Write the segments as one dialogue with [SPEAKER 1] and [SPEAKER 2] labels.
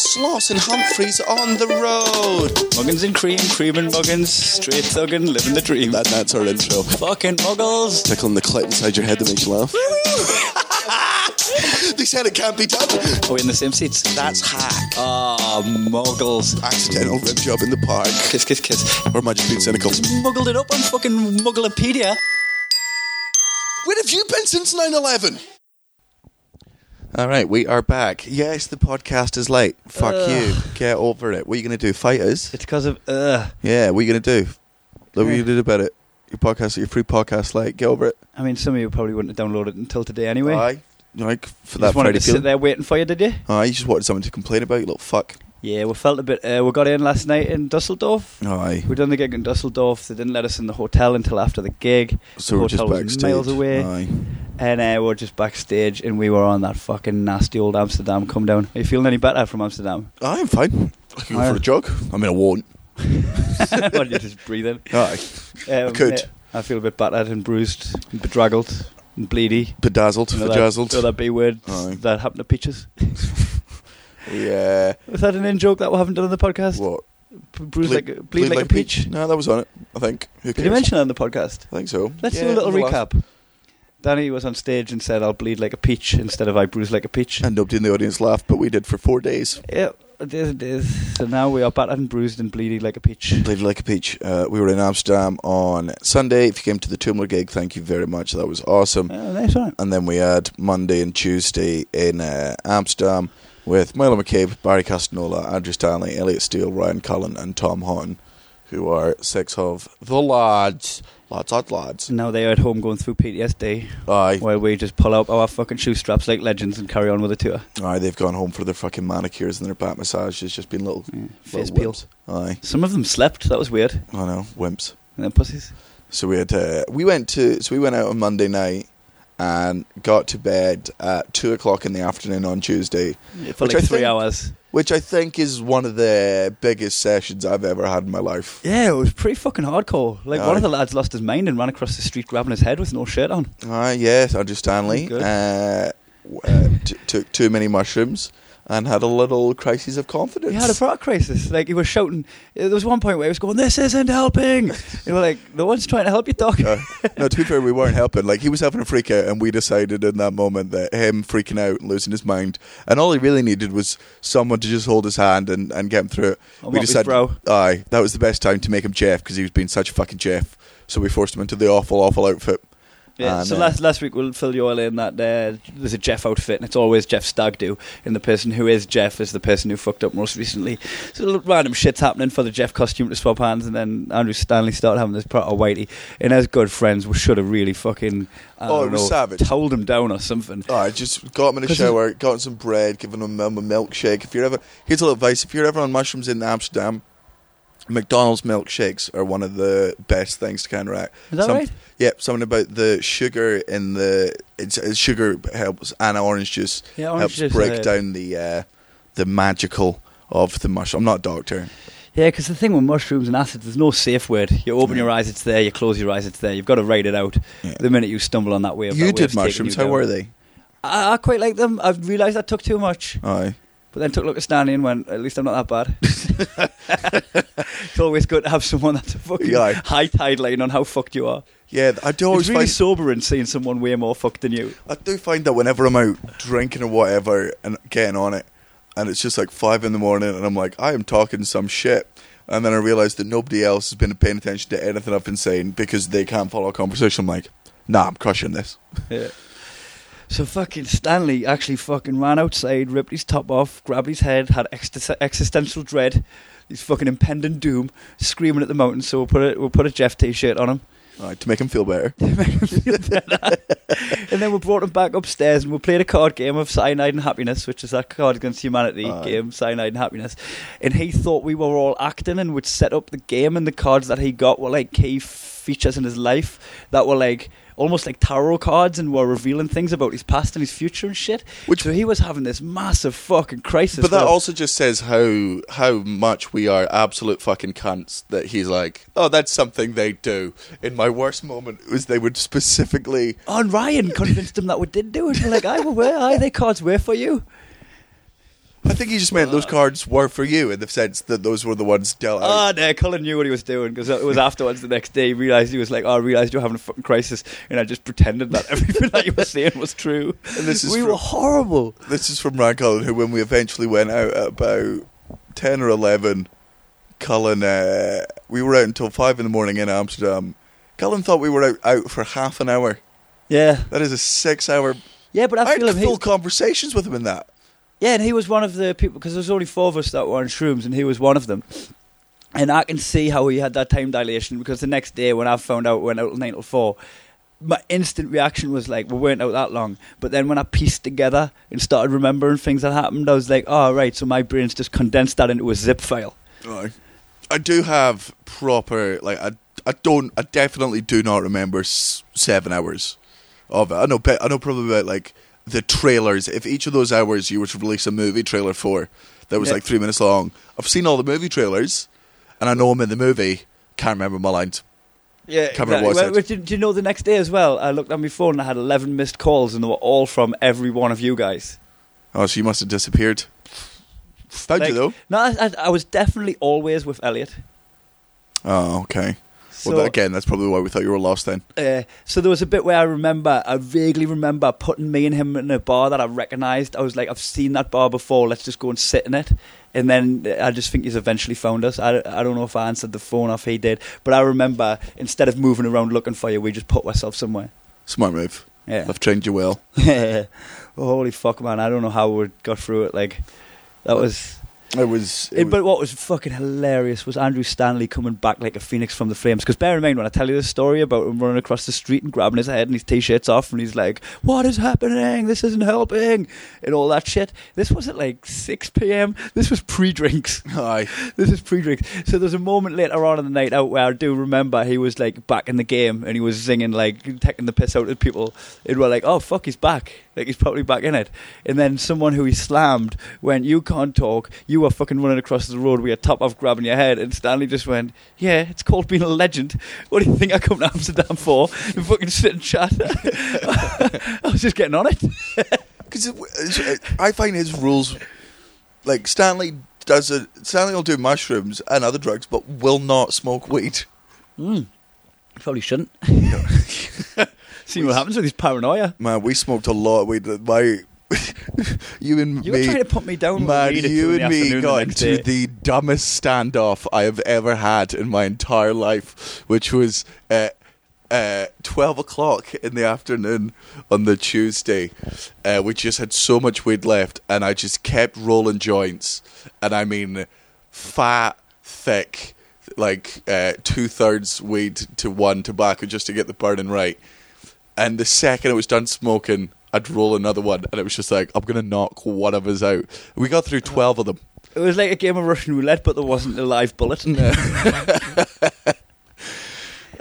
[SPEAKER 1] Sloss and Humphreys on the road.
[SPEAKER 2] Muggins and cream, cream and muggins, straight thuggin', living the dream.
[SPEAKER 1] That, that's our intro.
[SPEAKER 2] Fucking muggles.
[SPEAKER 1] Tickling the clit inside your head that makes you laugh. they said it can't be done.
[SPEAKER 2] Are we Oh, in the same seats?
[SPEAKER 1] That's hack.
[SPEAKER 2] Ah, muggles.
[SPEAKER 1] Accidental rib job in the park.
[SPEAKER 2] Kiss, kiss, kiss.
[SPEAKER 1] Or am I just being cynical?
[SPEAKER 2] Muggled it up on fucking Mugglepedia.
[SPEAKER 1] Where have you been since 9 11? All right, we are back. Yes, the podcast is late. Fuck you. Get over it. What are you going to do? Fight us?
[SPEAKER 2] It's because of, uh,
[SPEAKER 1] Yeah, what are you going to do? What are you going to do about it? Your podcast, your free podcast late. Get over it.
[SPEAKER 2] I mean, some of you probably wouldn't have downloaded it until today anyway.
[SPEAKER 1] Aye. Like, for that
[SPEAKER 2] you just wanted
[SPEAKER 1] Friday
[SPEAKER 2] to
[SPEAKER 1] feeling.
[SPEAKER 2] sit there waiting for you, did you?
[SPEAKER 1] Aye, you just wanted something to complain about, you little fuck.
[SPEAKER 2] Yeah, we felt a bit, uh, we got in last night in Dusseldorf.
[SPEAKER 1] Aye.
[SPEAKER 2] We done the gig in Dusseldorf. They didn't let us in the hotel until after the gig.
[SPEAKER 1] So we're just
[SPEAKER 2] hotel was
[SPEAKER 1] backstage.
[SPEAKER 2] miles away.
[SPEAKER 1] Aye.
[SPEAKER 2] And uh, we were just backstage and we were on that fucking nasty old Amsterdam come down. Are you feeling any better from Amsterdam?
[SPEAKER 1] Aye, I'm fine. I can go
[SPEAKER 2] Aye.
[SPEAKER 1] for a jog. I mean, I won't.
[SPEAKER 2] or you just breathing?
[SPEAKER 1] Aye.
[SPEAKER 2] Um,
[SPEAKER 1] I could.
[SPEAKER 2] yeah, I feel a bit battered and bruised, and bedraggled, and bleedy.
[SPEAKER 1] Bedazzled,
[SPEAKER 2] Another-
[SPEAKER 1] bedazzled.
[SPEAKER 2] Another B word
[SPEAKER 1] Aye.
[SPEAKER 2] that happened to Peaches.
[SPEAKER 1] Yeah.
[SPEAKER 2] Was that an in joke that we haven't done on the podcast?
[SPEAKER 1] What?
[SPEAKER 2] B- Bruise like, a- bleed, like, a peach.
[SPEAKER 1] No, that was on it, I think. Who
[SPEAKER 2] Did you
[SPEAKER 1] cares?
[SPEAKER 2] mention that on the podcast?
[SPEAKER 1] I think so.
[SPEAKER 2] Let's
[SPEAKER 1] Yeah,
[SPEAKER 2] do a little
[SPEAKER 1] the last-
[SPEAKER 2] recap. Danny was on stage and said, "I'll bleed like a peach" instead of "I bruise like a peach."
[SPEAKER 1] And nobody in the audience laughed, but we did for four days.
[SPEAKER 2] yeah, it is. It is. So now we are battered and bruised and bleeding like a peach.
[SPEAKER 1] Bleeding like a peach. Uh, we were in Amsterdam on Sunday. If you came to the Tumblr gig, thank you very much. That was awesome.
[SPEAKER 2] Oh, nice one.
[SPEAKER 1] And then we had Monday and Tuesday in uh, Amsterdam with Milo McCabe, Barry Castanola, Andrew Stanley, Elliot Steele, Ryan Cullen, and Tom Houghton, who are six of the lads. Lads, lads, lads.
[SPEAKER 2] Now they are at home going through PTSD,
[SPEAKER 1] Aye.
[SPEAKER 2] while we just pull out our fucking shoe straps like legends and carry on with the tour.
[SPEAKER 1] Aye, they've gone home for their fucking manicures and their back massages, just been little,
[SPEAKER 2] Yeah,
[SPEAKER 1] little
[SPEAKER 2] Face peel.
[SPEAKER 1] wimps. Aye,
[SPEAKER 2] Some of them slept. That was weird.
[SPEAKER 1] I know, wimps.
[SPEAKER 2] And then pussies.
[SPEAKER 1] So we had uh, we went to so we went out on Monday night and got to bed at two o'clock in the afternoon on Tuesday,
[SPEAKER 2] For
[SPEAKER 1] Which
[SPEAKER 2] like
[SPEAKER 1] I
[SPEAKER 2] three
[SPEAKER 1] think-
[SPEAKER 2] hours.
[SPEAKER 1] which I think is one of the biggest sessions I've ever had in my life.
[SPEAKER 2] Yeah, it was pretty fucking hardcore. Like one
[SPEAKER 1] Aye.
[SPEAKER 2] of the lads lost his mind and ran across the street grabbing his head with no shirt on.
[SPEAKER 1] Aye, Uh, yes, Andrew Stanley
[SPEAKER 2] Good.
[SPEAKER 1] uh, w- uh, t- took too many mushrooms and had a little crisis of confidence.
[SPEAKER 2] He had a product crisis. Like he was shouting. There was one point where he was going, "This isn't helping." and we're like, "No one's trying to help you, dog."
[SPEAKER 1] Uh, no, to be fair, we weren't helping. Like he was having a freak out, and we decided in that moment that him freaking out and losing his mind, and all he really needed was someone to just hold his hand and, and get him through it.
[SPEAKER 2] I'm
[SPEAKER 1] we
[SPEAKER 2] up his
[SPEAKER 1] decided,
[SPEAKER 2] brow.
[SPEAKER 1] aye, that was the best time to make him Jeff because he was being such a fucking Jeff. So we forced him into the awful, awful outfit.
[SPEAKER 2] Yeah,
[SPEAKER 1] And,
[SPEAKER 2] so
[SPEAKER 1] uh,
[SPEAKER 2] last last week we'll fill you all in that uh, there's a Jeff outfit and it's always Jeff Stagdo and the person who is Jeff is the person who fucked up most recently. So little random shit's happening for the Jeff costume to swap hands and then Andrew Stanley started having this proper whitey and as good friends we should have really fucking I
[SPEAKER 1] Oh,
[SPEAKER 2] don't
[SPEAKER 1] it was
[SPEAKER 2] know,
[SPEAKER 1] savage.
[SPEAKER 2] towed him down or something.
[SPEAKER 1] I just got him in a
[SPEAKER 2] 'Cause he's-
[SPEAKER 1] shower, got him some bread, given him a milkshake. If you're ever, here's a little advice: if you're ever on mushrooms in Amsterdam, McDonald's milkshakes are one of the best things to counteract.
[SPEAKER 2] Is that
[SPEAKER 1] Some-
[SPEAKER 2] right?
[SPEAKER 1] Yep, something about the sugar in the it's, it's sugar helps, and orange juice
[SPEAKER 2] Yeah, orange
[SPEAKER 1] helps
[SPEAKER 2] juice,
[SPEAKER 1] break
[SPEAKER 2] uh,
[SPEAKER 1] down the uh, the magical of the mushroom. I'm not a doctor.
[SPEAKER 2] Yeah, because the thing with mushrooms and acids, there's no safe word. You open your eyes, it's there. You close your eyes, it's there. You've got to write it out.
[SPEAKER 1] Yeah.
[SPEAKER 2] The minute you stumble on that wave,
[SPEAKER 1] you
[SPEAKER 2] that wave's
[SPEAKER 1] did
[SPEAKER 2] taking
[SPEAKER 1] mushrooms.
[SPEAKER 2] you
[SPEAKER 1] How
[SPEAKER 2] down.
[SPEAKER 1] were they?
[SPEAKER 2] I, I quite like them. I've realised I took too much.
[SPEAKER 1] Aye.
[SPEAKER 2] But then took a look at Stanley and went, at least I'm not that bad. it's always good to have someone that's a fucking
[SPEAKER 1] Yeah.
[SPEAKER 2] high tide line on how fucked you are.
[SPEAKER 1] Yeah, I do
[SPEAKER 2] It's
[SPEAKER 1] always
[SPEAKER 2] really
[SPEAKER 1] find
[SPEAKER 2] sobering seeing someone way more fucked than you.
[SPEAKER 1] I do find that whenever I'm out drinking or whatever and getting on it, and it's just like five in the morning, and I'm like, I am talking some shit. And then I realize that nobody else has been paying attention to anything I've been saying because they can't follow a conversation. I'm like, nah, I'm crushing this.
[SPEAKER 2] Yeah. So fucking Stanley actually fucking ran outside, ripped his top off, grabbed his head, had ext- existential dread, his fucking impending doom, screaming at the mountain. So we'll put a, we'll put a Jeff t-shirt on him.
[SPEAKER 1] All right, to make him feel better.
[SPEAKER 2] and then we brought him back upstairs and we played a card game of Cyanide and Happiness, which is that card against humanity
[SPEAKER 1] Aye.
[SPEAKER 2] game, Cyanide and Happiness. And he thought we were all acting and would set up the game, and the cards that he got were like key features in his life that were like almost like tarot cards and were revealing things about his past and his future and shit.
[SPEAKER 1] Which-
[SPEAKER 2] so he was having this massive fucking crisis.
[SPEAKER 1] But that
[SPEAKER 2] where-
[SPEAKER 1] also just says how how much we are absolute fucking cunts that he's like, oh, that's something they do. In my worst moment was they would specifically
[SPEAKER 2] Oh, and Ryan convinced him that we did do it. We're like, I were, aye, they cards were for you.
[SPEAKER 1] I think he just meant those cards were for you in the sense that those were the ones dealt out.
[SPEAKER 2] Oh, no, Colin knew what he was doing because it was afterwards the next day. He realised he was like, oh, I realised you're having a fucking crisis. And I just pretended that everything that you were saying was true.
[SPEAKER 1] And this is
[SPEAKER 2] we
[SPEAKER 1] fr-
[SPEAKER 2] were horrible.
[SPEAKER 1] This is from Ryan Cullen, who, when we eventually went out at about 10 or 11, Cullen, uh, we were out until 5 in the morning in Amsterdam. Cullen thought we were out, out for half an hour.
[SPEAKER 2] Yeah.
[SPEAKER 1] That is a six hour.
[SPEAKER 2] Yeah, but I
[SPEAKER 1] I had
[SPEAKER 2] feel him.
[SPEAKER 1] full
[SPEAKER 2] He,
[SPEAKER 1] conversations with him in that.
[SPEAKER 2] yeah, and he was one of the people because there's only four of us that were on shrooms, and he was one of them. And I can see how he had that time dilation because the next day when I found out we went out till nine till four, my instant reaction was like, we weren't out that long. But then when I pieced together and started remembering things that happened, I was like, oh, right, so my brain's just condensed that into a zip file.
[SPEAKER 1] Right. I do have proper like I I don't I definitely do not remember s- seven hours of it. I know pe- I know probably about like the trailers. If each of those hours you were to release a movie trailer for that was
[SPEAKER 2] Yeah.
[SPEAKER 1] like three minutes long, I've seen all the movie trailers, and I know I'm in the movie. Can't remember my lines.
[SPEAKER 2] Yeah,
[SPEAKER 1] Cameron
[SPEAKER 2] exactly.
[SPEAKER 1] Wise
[SPEAKER 2] Well,
[SPEAKER 1] said.
[SPEAKER 2] do, do you know the next day as well? I looked at my phone and I had 11 missed calls, and they were all from every one of you guys.
[SPEAKER 1] Oh, so you must have disappeared. Found
[SPEAKER 2] Like-
[SPEAKER 1] you though.
[SPEAKER 2] No, I, I- I was definitely always with Elliot.
[SPEAKER 1] Oh, okay.
[SPEAKER 2] So,
[SPEAKER 1] well, that- again, that's probably why we thought you were lost then.
[SPEAKER 2] uh, so there was a bit where I remember, I vaguely remember putting me and him in a bar that I recognised. I was like, I've seen that bar before. Let's just go and sit in it. And then uh, I just think he's eventually found us. I, I don't know if I answered the phone or if he did, but I remember instead of moving around looking for you, we just put ourselves somewhere.
[SPEAKER 1] Smart move.
[SPEAKER 2] Yeah.
[SPEAKER 1] I've trained you well.
[SPEAKER 2] oh, holy fuck, man! I don't know how we got through it. Like that was.
[SPEAKER 1] It was.
[SPEAKER 2] It, but what was fucking hilarious was Andrew Stanley coming back like a phoenix from the flames. Because bear in mind when I tell you this story about him running across the street and grabbing his head and his t-shirts off, and he's like, "What is happening? This isn't helping," and all that shit. This wasn't like six p.m. This was pre-drinks.
[SPEAKER 1] Aye.
[SPEAKER 2] This is pre-drinks. So there's a moment later on in the night out where I do remember he was like back in the game and he was singing like taking the piss out of people. And we're like, oh fuck, he's back. Like he's probably back in it. And then someone who he slammed went, you can't talk. You are fucking running across the road with your top off grabbing your head. And Stanley just went, yeah, it's called being a legend. What do you think I come to Amsterdam for? And fucking sit and chat. I was just getting on it.
[SPEAKER 1] Because I find his rules, like Stanley does it. Stanley will do mushrooms and other drugs, but will not smoke weed.
[SPEAKER 2] Hmm. Probably shouldn't. See what happens with his paranoia.
[SPEAKER 1] Man, we smoked a lot of weed. My, you and
[SPEAKER 2] You were
[SPEAKER 1] me,
[SPEAKER 2] trying to put me down. with
[SPEAKER 1] man,
[SPEAKER 2] weed at
[SPEAKER 1] you
[SPEAKER 2] two in the
[SPEAKER 1] and me
[SPEAKER 2] afternoon the
[SPEAKER 1] got
[SPEAKER 2] next
[SPEAKER 1] into
[SPEAKER 2] day.
[SPEAKER 1] the dumbest standoff I have ever had in my entire life, which was at uh, twelve o'clock in the afternoon on the Tuesday. Uh, we just had so much weed left, and I just kept rolling joints, and I mean, fat, thick, like uh, two thirds weed to one tobacco, just to get the burning right. And the second I was done smoking, I'd roll another one, and it was just like I'm gonna knock one of us out. We got through twelve of them.
[SPEAKER 2] It was like a game of Russian roulette, but there wasn't a live bullet.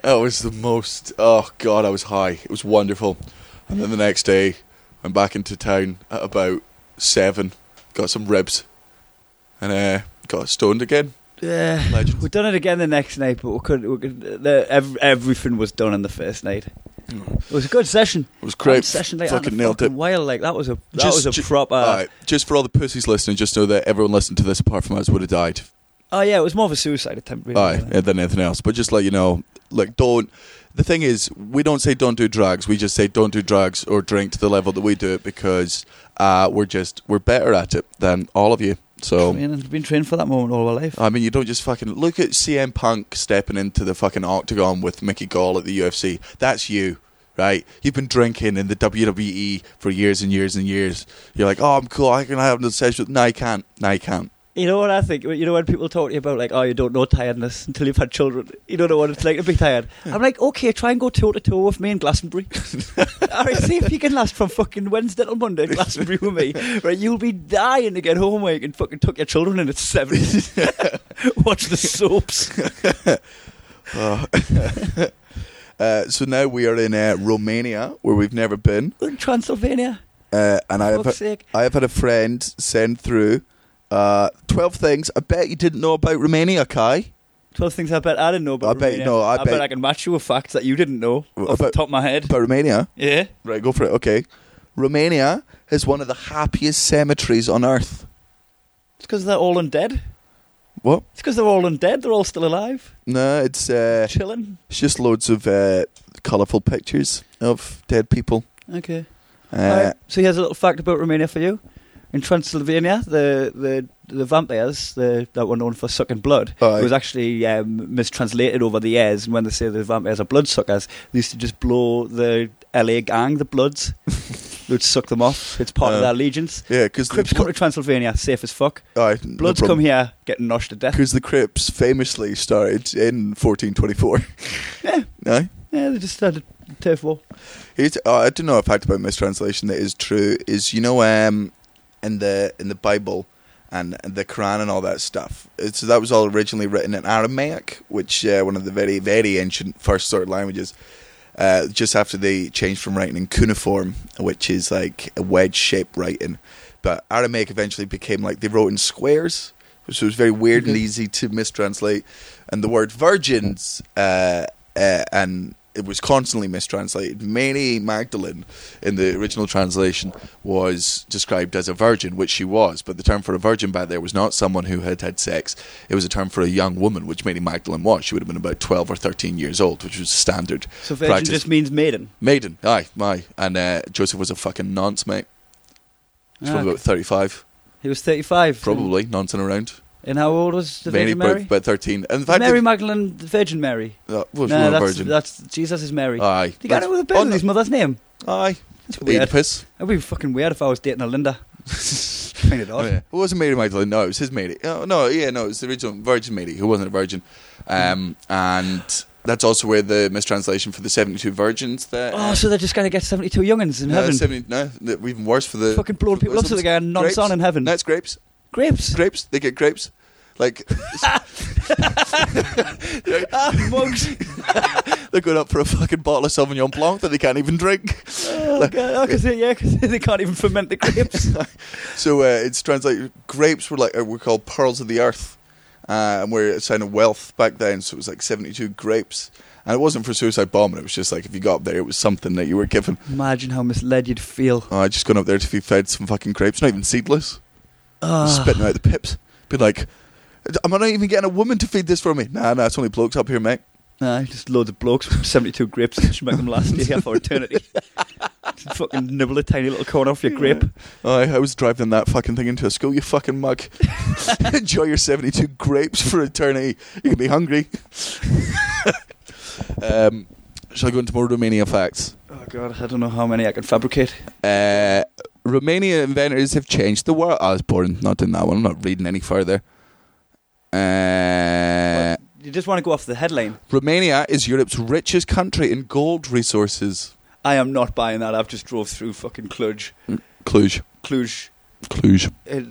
[SPEAKER 1] It was the most. Oh god, I was high. It was wonderful. And then the next day, went back into town at about seven. Got some ribs, and uh, got stoned again.
[SPEAKER 2] Yeah.
[SPEAKER 1] Legend.
[SPEAKER 2] We've done it again the next night, but we could. We could the, ev- everything was done on the first night. It was a good session.
[SPEAKER 1] It was great.
[SPEAKER 2] That session like
[SPEAKER 1] Fucking
[SPEAKER 2] fucking
[SPEAKER 1] nailed
[SPEAKER 2] fucking
[SPEAKER 1] it.
[SPEAKER 2] While like that was a that
[SPEAKER 1] Just-
[SPEAKER 2] was a
[SPEAKER 1] ju-
[SPEAKER 2] proper.
[SPEAKER 1] Alright, just for all the pussies listening, just know that everyone listening to this apart from us would have died.
[SPEAKER 2] Oh yeah, it was more of a suicide attempt. Really,
[SPEAKER 1] Aye,
[SPEAKER 2] wasn't it?
[SPEAKER 1] and then anything else. But just let you know, like, don't. The thing is, we don't say don't do drugs. We just say don't do drugs or drink to the level that we do it because uh, we're just we're better at it than all of you.
[SPEAKER 2] I
[SPEAKER 1] So
[SPEAKER 2] mean, I've been trained for that moment all my life.
[SPEAKER 1] I mean, you don't just fucking look at CM Punk stepping into the fucking octagon with Mickey Gall at the UFC. That's you, right? You've been drinking in the WWE for years and years and years. You're like, oh, I'm cool. I can have an obsession. with-" No, you can't. No, you can't.
[SPEAKER 2] You know what I think? You know when people talk to you about like, oh, you don't know tiredness until you've had children. You don't know what it's like to be tired. I'm like, okay, try and go toe to toe with me in Glastonbury. All right, see if you can last from fucking Wednesday till Monday in Glastonbury with me. Right, you'll be dying to get home where you can fucking tuck your children in at seven. Watch the soaps.
[SPEAKER 1] Oh. uh, so now we are in uh, Romania, where we've never been,
[SPEAKER 2] In Transylvania.
[SPEAKER 1] uh, and I have
[SPEAKER 2] Fuck's sake.
[SPEAKER 1] I have had a friend send through uh, twelve things I bet you didn't know about Romania, Kai.
[SPEAKER 2] 12 things I bet I didn't know about
[SPEAKER 1] I bet you
[SPEAKER 2] Romania.
[SPEAKER 1] know, I
[SPEAKER 2] bet,
[SPEAKER 1] bet-
[SPEAKER 2] I can match you with facts that you didn't know
[SPEAKER 1] Well,
[SPEAKER 2] off the
[SPEAKER 1] about-
[SPEAKER 2] top of my head.
[SPEAKER 1] About Romania,
[SPEAKER 2] yeah.
[SPEAKER 1] right? Go for it. Okay, Romania is one of the happiest cemeteries on earth.
[SPEAKER 2] It's because they're all undead.
[SPEAKER 1] What?
[SPEAKER 2] It's because they're all undead. They're all still alive,
[SPEAKER 1] No, it's uh,
[SPEAKER 2] chilling.
[SPEAKER 1] it's just loads of uh, colourful pictures of dead people.
[SPEAKER 2] Okay. All
[SPEAKER 1] Uh,
[SPEAKER 2] right. So here's a little fact about Romania for you. In Transylvania, the the the vampires, the, that were known for sucking blood,
[SPEAKER 1] Aye.
[SPEAKER 2] it was actually um, mistranslated over the years. And when they say the vampires are bloodsuckers, they used to just blow the LA gang, the Bloods. they would suck them off. It's part
[SPEAKER 1] Uh,
[SPEAKER 2] of their allegiance.
[SPEAKER 1] yeah, because
[SPEAKER 2] Crips come to Transylvania, safe as fuck. Bloods come here, getting noshed to death.
[SPEAKER 1] Because the Crips famously started in 1424.
[SPEAKER 2] Yeah.
[SPEAKER 1] No?
[SPEAKER 2] Yeah, they just started turf war.
[SPEAKER 1] Here's, oh, I do know a fact about mistranslation that is true is you know um in the in the Bible and, and the Quran and all that stuff. uh, So that was all originally written in Aramaic, which uh, one of the very very ancient first sort of languages. Uh, just after they changed from writing in cuneiform, which is like a wedge shaped writing, but Aramaic eventually became like they wrote in squares, which was very weird and
[SPEAKER 2] Mhm.
[SPEAKER 1] easy to mistranslate. And the word virgins uh, uh, and it was constantly mistranslated. Mary Magdalene, in the original translation, was described as a virgin, which she was. But the term for a virgin back there was not someone who had had sex. It was a term for a young woman, which Mary Magdalene was. She would have been about twelve or thirteen years old, which was standard
[SPEAKER 2] So virgin just means maiden.
[SPEAKER 1] maiden. Aye, aye. And uh, Joseph was a fucking nonce, mate. He's probably
[SPEAKER 2] Ah,
[SPEAKER 1] about thirty-five,
[SPEAKER 2] he was 35.
[SPEAKER 1] probably noncing around.
[SPEAKER 2] And how old was the Virgin
[SPEAKER 1] about,
[SPEAKER 2] Mary?
[SPEAKER 1] about thirteen. And in fact,
[SPEAKER 2] Mary
[SPEAKER 1] if-
[SPEAKER 2] Magdalene, the Virgin Mary.
[SPEAKER 1] uh, well, she
[SPEAKER 2] no,
[SPEAKER 1] was a
[SPEAKER 2] that's,
[SPEAKER 1] virgin.
[SPEAKER 2] that's Jesus is Mary.
[SPEAKER 1] aye,
[SPEAKER 2] They got
[SPEAKER 1] That's-
[SPEAKER 2] it with a
[SPEAKER 1] on
[SPEAKER 2] bit his
[SPEAKER 1] the-
[SPEAKER 2] mother's name.
[SPEAKER 1] Aye,
[SPEAKER 2] That's
[SPEAKER 1] Eat the
[SPEAKER 2] weird.
[SPEAKER 1] piss.
[SPEAKER 2] That'd be fucking weird if I was dating a Linda. Find it odd.
[SPEAKER 1] Oh, yeah. It wasn't Mary Magdalene. No, it was his Mary. Oh, no, yeah, no, it was the original Virgin Mary who wasn't a virgin. Um, and that's also where the mistranslation for the 72 virgins that.
[SPEAKER 2] Oh, so they're just gonna get seventy-two youngins in
[SPEAKER 1] no,
[SPEAKER 2] heaven.
[SPEAKER 1] 70, no, th- even worse for the.
[SPEAKER 2] fucking blowing
[SPEAKER 1] for-
[SPEAKER 2] people up so they get nonce
[SPEAKER 1] grapes?
[SPEAKER 2] on in heaven.
[SPEAKER 1] No, it's grapes.
[SPEAKER 2] Grapes.
[SPEAKER 1] Grapes. They get grapes. Like,
[SPEAKER 2] ah, mugs.
[SPEAKER 1] they're going up for a fucking bottle of Sauvignon Blanc that they can't even drink.
[SPEAKER 2] Oh, God. Oh, 'cause they- yeah, 'cause they can't even ferment the grapes.
[SPEAKER 1] So uh, it's translated. Grapes were like uh, were called pearls of the earth, uh, and were a sign of wealth back then. So it was like seventy-two grapes, and it wasn't for suicide bombing. It was just like if you got up there, it was something that you were given.
[SPEAKER 2] Imagine how misled you'd feel.
[SPEAKER 1] Oh, I just gone up there to be fed some fucking grapes, not even seedless,
[SPEAKER 2] Ah.
[SPEAKER 1] spitting out the pips. Be like, am I not even getting a woman to feed this for me? Nah, nah, it's only blokes up here, mate.
[SPEAKER 2] Nah, just loads of blokes with 72 grapes and just make them last you here for eternity. Just fucking nibble a tiny little corner off your grape.
[SPEAKER 1] Oh, I, I was driving that fucking thing into a school. You fucking mug. Enjoy your seventy-two grapes for eternity. You can be hungry. um, shall I go into more Romania facts?
[SPEAKER 2] Oh, God, I don't know how many I can fabricate.
[SPEAKER 1] Uh, Romania inventors have changed the world. I was boring. Not doing that one. I'm not reading any further. Uh,
[SPEAKER 2] You just want to go off the headline.
[SPEAKER 1] Romania is Europe's richest country in gold resources.
[SPEAKER 2] I am not buying that. I've just drove through fucking Cluj.
[SPEAKER 1] Cluj,
[SPEAKER 2] Cluj.
[SPEAKER 1] Cluj.
[SPEAKER 2] It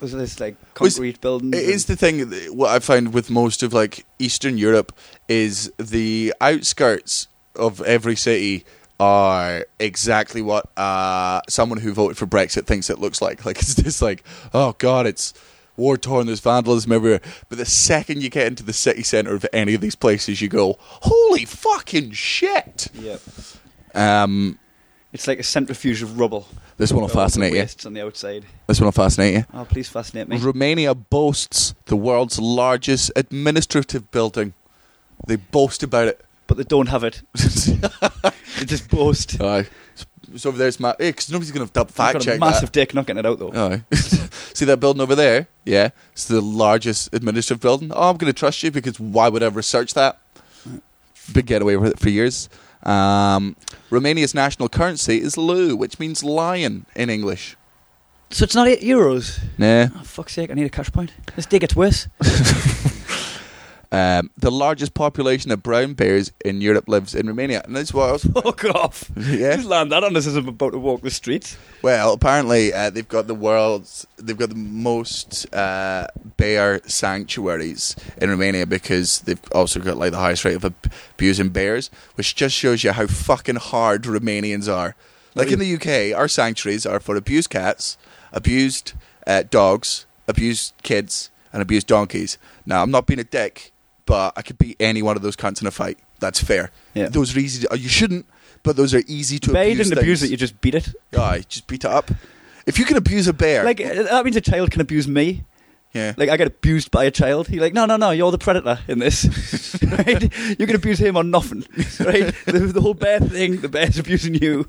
[SPEAKER 2] was this like
[SPEAKER 1] Was-
[SPEAKER 2] concrete building.
[SPEAKER 1] It is the thing. that- What I find with most of like Eastern Europe is the outskirts of every city are exactly what uh, someone who voted for Brexit thinks it looks like. Like it's just like, oh god, it's war torn. There's vandalism everywhere. But the second you get into the city centre of any of these places, you go, holy fucking shit.
[SPEAKER 2] Yeah.
[SPEAKER 1] Um,
[SPEAKER 2] It's like a centrifuge of rubble.
[SPEAKER 1] this one will
[SPEAKER 2] With all the
[SPEAKER 1] fascinate you.
[SPEAKER 2] wastes on the outside.
[SPEAKER 1] This one will fascinate you.
[SPEAKER 2] Oh, please fascinate me.
[SPEAKER 1] Romania boasts the world's largest administrative building. They boast about it.
[SPEAKER 2] But they don't have it. They just boast.
[SPEAKER 1] Aye. It's over there, it's ma- because nobody's going to double
[SPEAKER 2] I've
[SPEAKER 1] fact
[SPEAKER 2] got a
[SPEAKER 1] check
[SPEAKER 2] massive
[SPEAKER 1] that.
[SPEAKER 2] dick not getting it out though.
[SPEAKER 1] Aye. See that building over there? Yeah. It's the largest administrative building. Oh, I'm going to trust you because why would I research that? Been getting away with it for years. Um, Romania's national currency is leu, which means lion in English.
[SPEAKER 2] So it's not eight euros.
[SPEAKER 1] Nah.
[SPEAKER 2] Oh, fuck's sake, I need a cash point. This day gets worse.
[SPEAKER 1] Um, the largest population of brown bears in Europe lives in Romania. And that's why I was
[SPEAKER 2] Fuck off.
[SPEAKER 1] Yeah.
[SPEAKER 2] Just land that on us as I'm about to walk the streets.
[SPEAKER 1] Well, apparently uh, they've got the world's they've got the most uh, bear sanctuaries in Romania because they've also got like the highest rate of ab- abusing bears, which just shows you how fucking hard Romanians are. Like in the UK, our sanctuaries are for abused cats, abused uh, dogs, abused kids, and abused donkeys. Now, I'm not being a dick, but I could beat any one of those cunts in a fight. That's fair.
[SPEAKER 2] Yeah.
[SPEAKER 1] Those are easy. To, you shouldn't, but those are easy to
[SPEAKER 2] Bear, you
[SPEAKER 1] abuse.
[SPEAKER 2] didn't abuse
[SPEAKER 1] things.
[SPEAKER 2] it, you just beat it.
[SPEAKER 1] Aye, just beat it up. If you can abuse a bear,
[SPEAKER 2] Like, uh, that means a child can abuse me.
[SPEAKER 1] Yeah.
[SPEAKER 2] Like I get abused by a child. You're like, no, no, no, you're the predator in this. right? You can abuse him on nothing. Right? the, the whole bear thing, the bear's abusing you.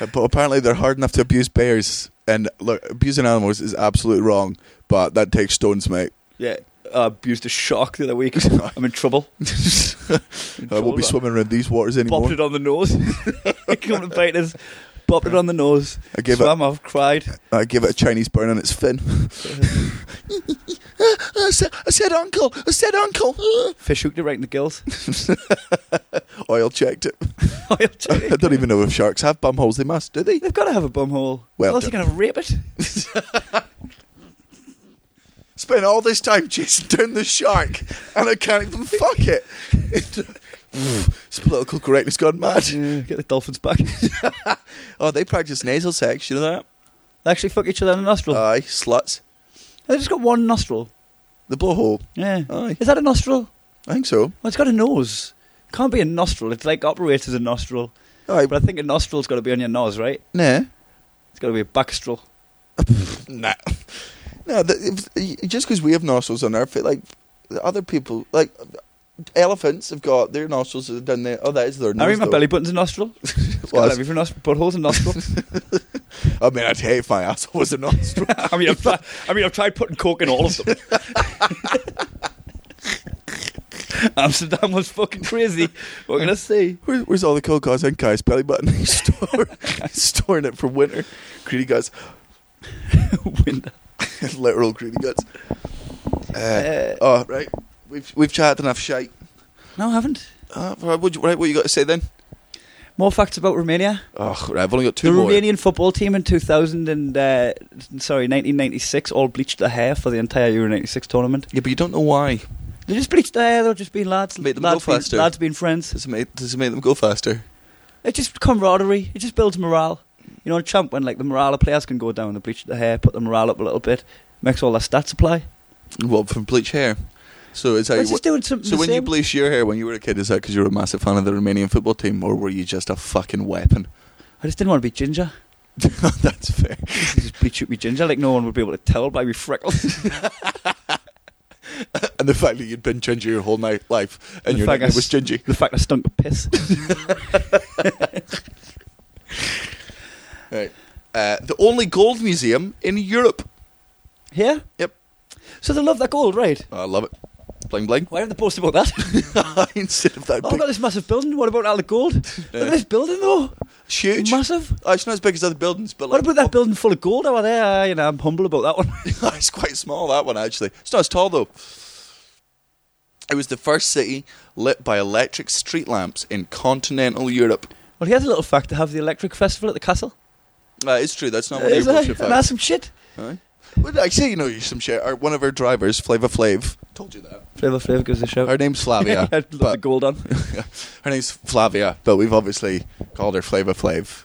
[SPEAKER 1] Uh, But apparently they're hard enough to abuse bears. And look, abusing animals is absolutely wrong, but that takes stones, mate.
[SPEAKER 2] Yeah. I abused a shark the other week. I'm in trouble.
[SPEAKER 1] I won't be swimming around these waters
[SPEAKER 2] Bopped
[SPEAKER 1] anymore.
[SPEAKER 2] it on the nose. Come to bite us. Bopped it on the nose.
[SPEAKER 1] I gave it,
[SPEAKER 2] Swam off, cried.
[SPEAKER 1] I gave it a Chinese burn on its fin. I, said, I said, uncle, I said, uncle.
[SPEAKER 2] Fish hooked it right in the gills.
[SPEAKER 1] Oil checked it.
[SPEAKER 2] I'll tell
[SPEAKER 1] I
[SPEAKER 2] you.
[SPEAKER 1] don't even know if sharks have bum holes. They must, do they?
[SPEAKER 2] They've got to have a bum hole.
[SPEAKER 1] Well
[SPEAKER 2] Else you're going to rape it.
[SPEAKER 1] Spent all this time chasing down the shark, and I can't even fuck it. it's political correctness gone mad.
[SPEAKER 2] Yeah, Get the dolphins back.
[SPEAKER 1] Oh, they practice nasal sex, you know that?
[SPEAKER 2] They actually fuck each other in the nostril.
[SPEAKER 1] Aye, sluts.
[SPEAKER 2] They've just got one nostril.
[SPEAKER 1] The blowhole.
[SPEAKER 2] Yeah.
[SPEAKER 1] Aye,
[SPEAKER 2] Is that a nostril?
[SPEAKER 1] I think so.
[SPEAKER 2] Well, it's got a nose. Can't be a nostril. It's like operates as a nostril.
[SPEAKER 1] Aye,
[SPEAKER 2] But I think a nostril's got to be on your nose, right?
[SPEAKER 1] nah,
[SPEAKER 2] It's got to be a backstril.
[SPEAKER 1] nah, no. The, if, just because we have nostrils on our feet, like the other people, like elephants have got their nostrils are down there. Oh, that is their nose.
[SPEAKER 2] I mean, my
[SPEAKER 1] though.
[SPEAKER 2] belly button's a nostril. It's
[SPEAKER 1] Well,
[SPEAKER 2] got every nostril. Butthole's a nostril.
[SPEAKER 1] I mean, I'd hate if my asshole was a nostril.
[SPEAKER 2] I mean, I've tried, I mean, I've tried putting coke in all of them. Amsterdam was fucking crazy. We're gonna see.
[SPEAKER 1] Where, where's all the cold guys and guys belly button? He's store, he's storing it for winter. Greedy guts,
[SPEAKER 2] Winter.
[SPEAKER 1] literal greedy guts. Uh,
[SPEAKER 2] Uh,
[SPEAKER 1] oh, right. We've we've chatted enough shite.
[SPEAKER 2] no, I haven't.
[SPEAKER 1] Uh, right, what you, right, what you got to say then?
[SPEAKER 2] More facts about Romania.
[SPEAKER 1] Oh, right, I've only got two
[SPEAKER 2] the
[SPEAKER 1] more.
[SPEAKER 2] Romanian football team in 2000 and uh, sorry 1996 all bleached their hair for the entire Euro 96 tournament.
[SPEAKER 1] Yeah, but you don't know why.
[SPEAKER 2] They just bleached their hair. They're just being lads.
[SPEAKER 1] Made them
[SPEAKER 2] lads
[SPEAKER 1] go faster.
[SPEAKER 2] Being, lads being friends.
[SPEAKER 1] Does it make does it make them go faster?
[SPEAKER 2] It's just camaraderie. It just builds morale. You know, in champ when like the morale of players can go down, they bleach their hair, put the morale up a little bit, makes all their stats apply.
[SPEAKER 1] Well, from bleach hair. So is that
[SPEAKER 2] It's
[SPEAKER 1] what,
[SPEAKER 2] just doing something.
[SPEAKER 1] so
[SPEAKER 2] the
[SPEAKER 1] when you
[SPEAKER 2] same.
[SPEAKER 1] bleach your hair when you were a kid? Is that because you were a massive fan of the Romanian football team, or were you just a fucking weapon?
[SPEAKER 2] I just didn't want to be ginger.
[SPEAKER 1] That's fair.
[SPEAKER 2] just bleach out me ginger, like no one would be able to tell by me freckles.
[SPEAKER 1] And the fact that you'd been ginger your whole night life, and
[SPEAKER 2] The
[SPEAKER 1] your
[SPEAKER 2] fact I
[SPEAKER 1] nickname was
[SPEAKER 2] s-
[SPEAKER 1] Gingy.
[SPEAKER 2] the fact I stunk of piss.
[SPEAKER 1] Right. Uh, the only gold museum in Europe.
[SPEAKER 2] Here.
[SPEAKER 1] Yep. Oh,
[SPEAKER 2] So they love that gold, right?
[SPEAKER 1] I love it. Bling bling.
[SPEAKER 2] Why haven't they posted about that?
[SPEAKER 1] Instead of that
[SPEAKER 2] Oh,
[SPEAKER 1] big,
[SPEAKER 2] I've got this massive building. What about all the gold? Look at this building, though.
[SPEAKER 1] it's Oh. huge.
[SPEAKER 2] Massive.
[SPEAKER 1] Oh, it's not as big as other buildings, but like,
[SPEAKER 2] What about that building full of gold over there? Ah, you know, I'm humble about that one.
[SPEAKER 1] it's quite small, that one, actually. It's not as tall, though. It was the first city lit by electric street lamps in continental Europe.
[SPEAKER 2] well, here's a little fact to have the electric festival at the castle.
[SPEAKER 1] Uh, it's true, that's not one of
[SPEAKER 2] Is
[SPEAKER 1] your
[SPEAKER 2] that?
[SPEAKER 1] bullshit
[SPEAKER 2] And that's
[SPEAKER 1] facts.
[SPEAKER 2] some shit.
[SPEAKER 1] Aye. Well, I say you know you're some shit. Our, one of our drivers, Flava Flav, told you that.
[SPEAKER 2] Flavor Flav gives a shout.
[SPEAKER 1] Her name's Flavia.
[SPEAKER 2] I'd love the
[SPEAKER 1] but-
[SPEAKER 2] gold on.
[SPEAKER 1] her name's Flavia, but we've obviously called her Flava Flav,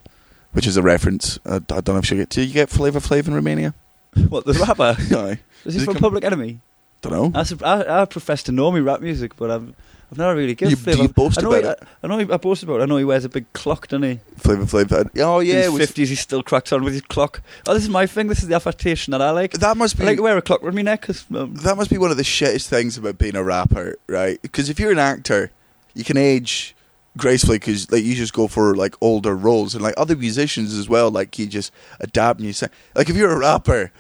[SPEAKER 1] which is a reference. I, I don't know if she'll get. Do you get Flava Flav in Romania?
[SPEAKER 2] What, the rapper?
[SPEAKER 1] No,
[SPEAKER 2] Is
[SPEAKER 1] Did
[SPEAKER 2] he
[SPEAKER 1] he
[SPEAKER 2] from
[SPEAKER 1] come-
[SPEAKER 2] Public Enemy?
[SPEAKER 1] don't know.
[SPEAKER 2] I, sup- I, I profess to know me rap music, but I've, I've never really given
[SPEAKER 1] You- do you boast
[SPEAKER 2] I know
[SPEAKER 1] about
[SPEAKER 2] he,
[SPEAKER 1] it?
[SPEAKER 2] I, I know he, I boast about it. I know he wears a big clock, doesn't he?
[SPEAKER 1] Flava Flav. had- Oh yeah, it
[SPEAKER 2] In
[SPEAKER 1] was-
[SPEAKER 2] his 50s, he still cracks on with his clock. Oh, this is my thing. This is the affectation that I like.
[SPEAKER 1] that must
[SPEAKER 2] I
[SPEAKER 1] be
[SPEAKER 2] like to wear a clock around my neck 'cause, um,
[SPEAKER 1] that must be one of the shittest things about being a rapper, right? Because if you're an actor, you can age gracefully because like you just go for like older roles and like other musicians as well. Like you just adapt and you sing. Like if you're a rapper.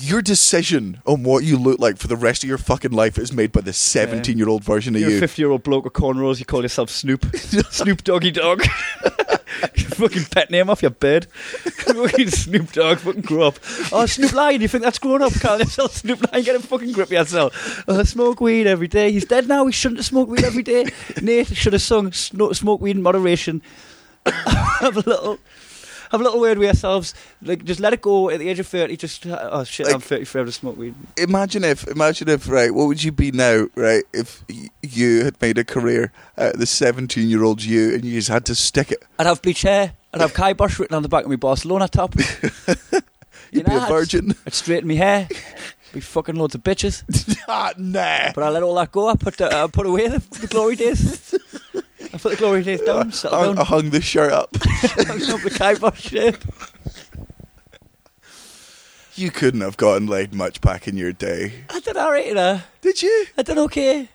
[SPEAKER 1] Your decision on what you look like for the rest of your fucking life is made by the seventeen-year-old version of
[SPEAKER 2] You're a
[SPEAKER 1] you.
[SPEAKER 2] 50 year old bloke with cornrows, you call yourself Snoop. Snoop Doggy Dog. fucking pet name off your bed. fucking Snoop Dogg, fucking grow up. Oh, Snoop Lion, you think that's grown up? Call yourself Snoop Lion, get a fucking grip of yourself. Oh, I smoke weed every day. He's dead now, he shouldn't have smoked weed every day. Nate should have sung Sno- Smoke Weed in Moderation. have a little. Have a little word with yourselves. Like, just let it go. At the age of thirty, just oh shit, I'm
[SPEAKER 1] Like-
[SPEAKER 2] thirty forever to smoke weed.
[SPEAKER 1] imagine if imagine if right what would you be now right if y- you had made a career out of the 17 year old you and you just had to stick it
[SPEAKER 2] I'd have bleach hair. I'd have Kai Bosch written on the back of my Barcelona top. You'd
[SPEAKER 1] you'd be a virgin
[SPEAKER 2] I'd straighten my hair. Be fucking loads of bitches.
[SPEAKER 1] ah, nah
[SPEAKER 2] But I let all that go. I put the, I put away the, the glory days. I put the glory days down.
[SPEAKER 1] I,
[SPEAKER 2] Settled
[SPEAKER 1] I
[SPEAKER 2] down.
[SPEAKER 1] hung Oh, this shirt up
[SPEAKER 2] Hung up the Kai Bosch shape.
[SPEAKER 1] You couldn't have gotten laid much back in your day.
[SPEAKER 2] I did alright, you know.
[SPEAKER 1] Did you?
[SPEAKER 2] I did okay. I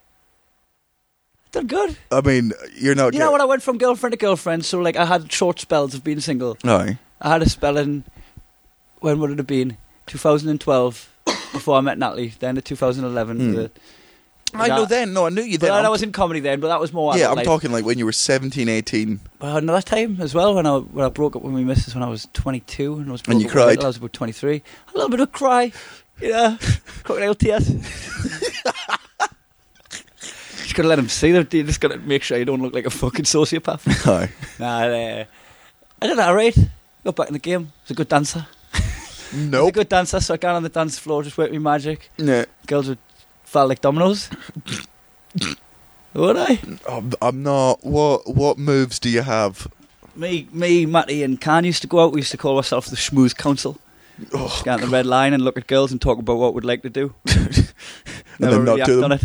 [SPEAKER 2] did good.
[SPEAKER 1] I mean, you're not
[SPEAKER 2] You know when I went from girlfriend to girlfriend, so like I had short spells of being single.
[SPEAKER 1] No.
[SPEAKER 2] I had a spell in when would it have been? 2012 before I met Natalie. Then in 2011.
[SPEAKER 1] Hmm.
[SPEAKER 2] the-
[SPEAKER 1] I
[SPEAKER 2] that-
[SPEAKER 1] know then. No, I knew you then.
[SPEAKER 2] Well,
[SPEAKER 1] I'm-
[SPEAKER 2] I was in comedy then, but that was more.
[SPEAKER 1] yeah, I'm
[SPEAKER 2] like,
[SPEAKER 1] talking like when you were 17, 18.
[SPEAKER 2] Well, another time as well when I when I broke up with my missus when I was 22 and I was broke
[SPEAKER 1] And you
[SPEAKER 2] up with her
[SPEAKER 1] cried?
[SPEAKER 2] till I was about 23. A little bit of cry, you know, crocodile tears. just gotta let them see them. You just gotta make sure you don't look like a fucking sociopath.
[SPEAKER 1] No.
[SPEAKER 2] nah, uh, I did alright. Got back in the game. I was a good dancer. I was a
[SPEAKER 1] Nope.
[SPEAKER 2] good dancer, so I got on the dance floor, just worked my magic.
[SPEAKER 1] No.
[SPEAKER 2] Girls would fall like dominoes. Would I?
[SPEAKER 1] I'm, I'm not. What What moves do you have?
[SPEAKER 2] Me, me, Matty, and Khan used to go out. We used to call ourselves the Schmooze Council.
[SPEAKER 1] Oh,
[SPEAKER 2] Scan the red line and look at girls and talk about what we'd like to do.
[SPEAKER 1] And
[SPEAKER 2] Never
[SPEAKER 1] then not do
[SPEAKER 2] really act on it.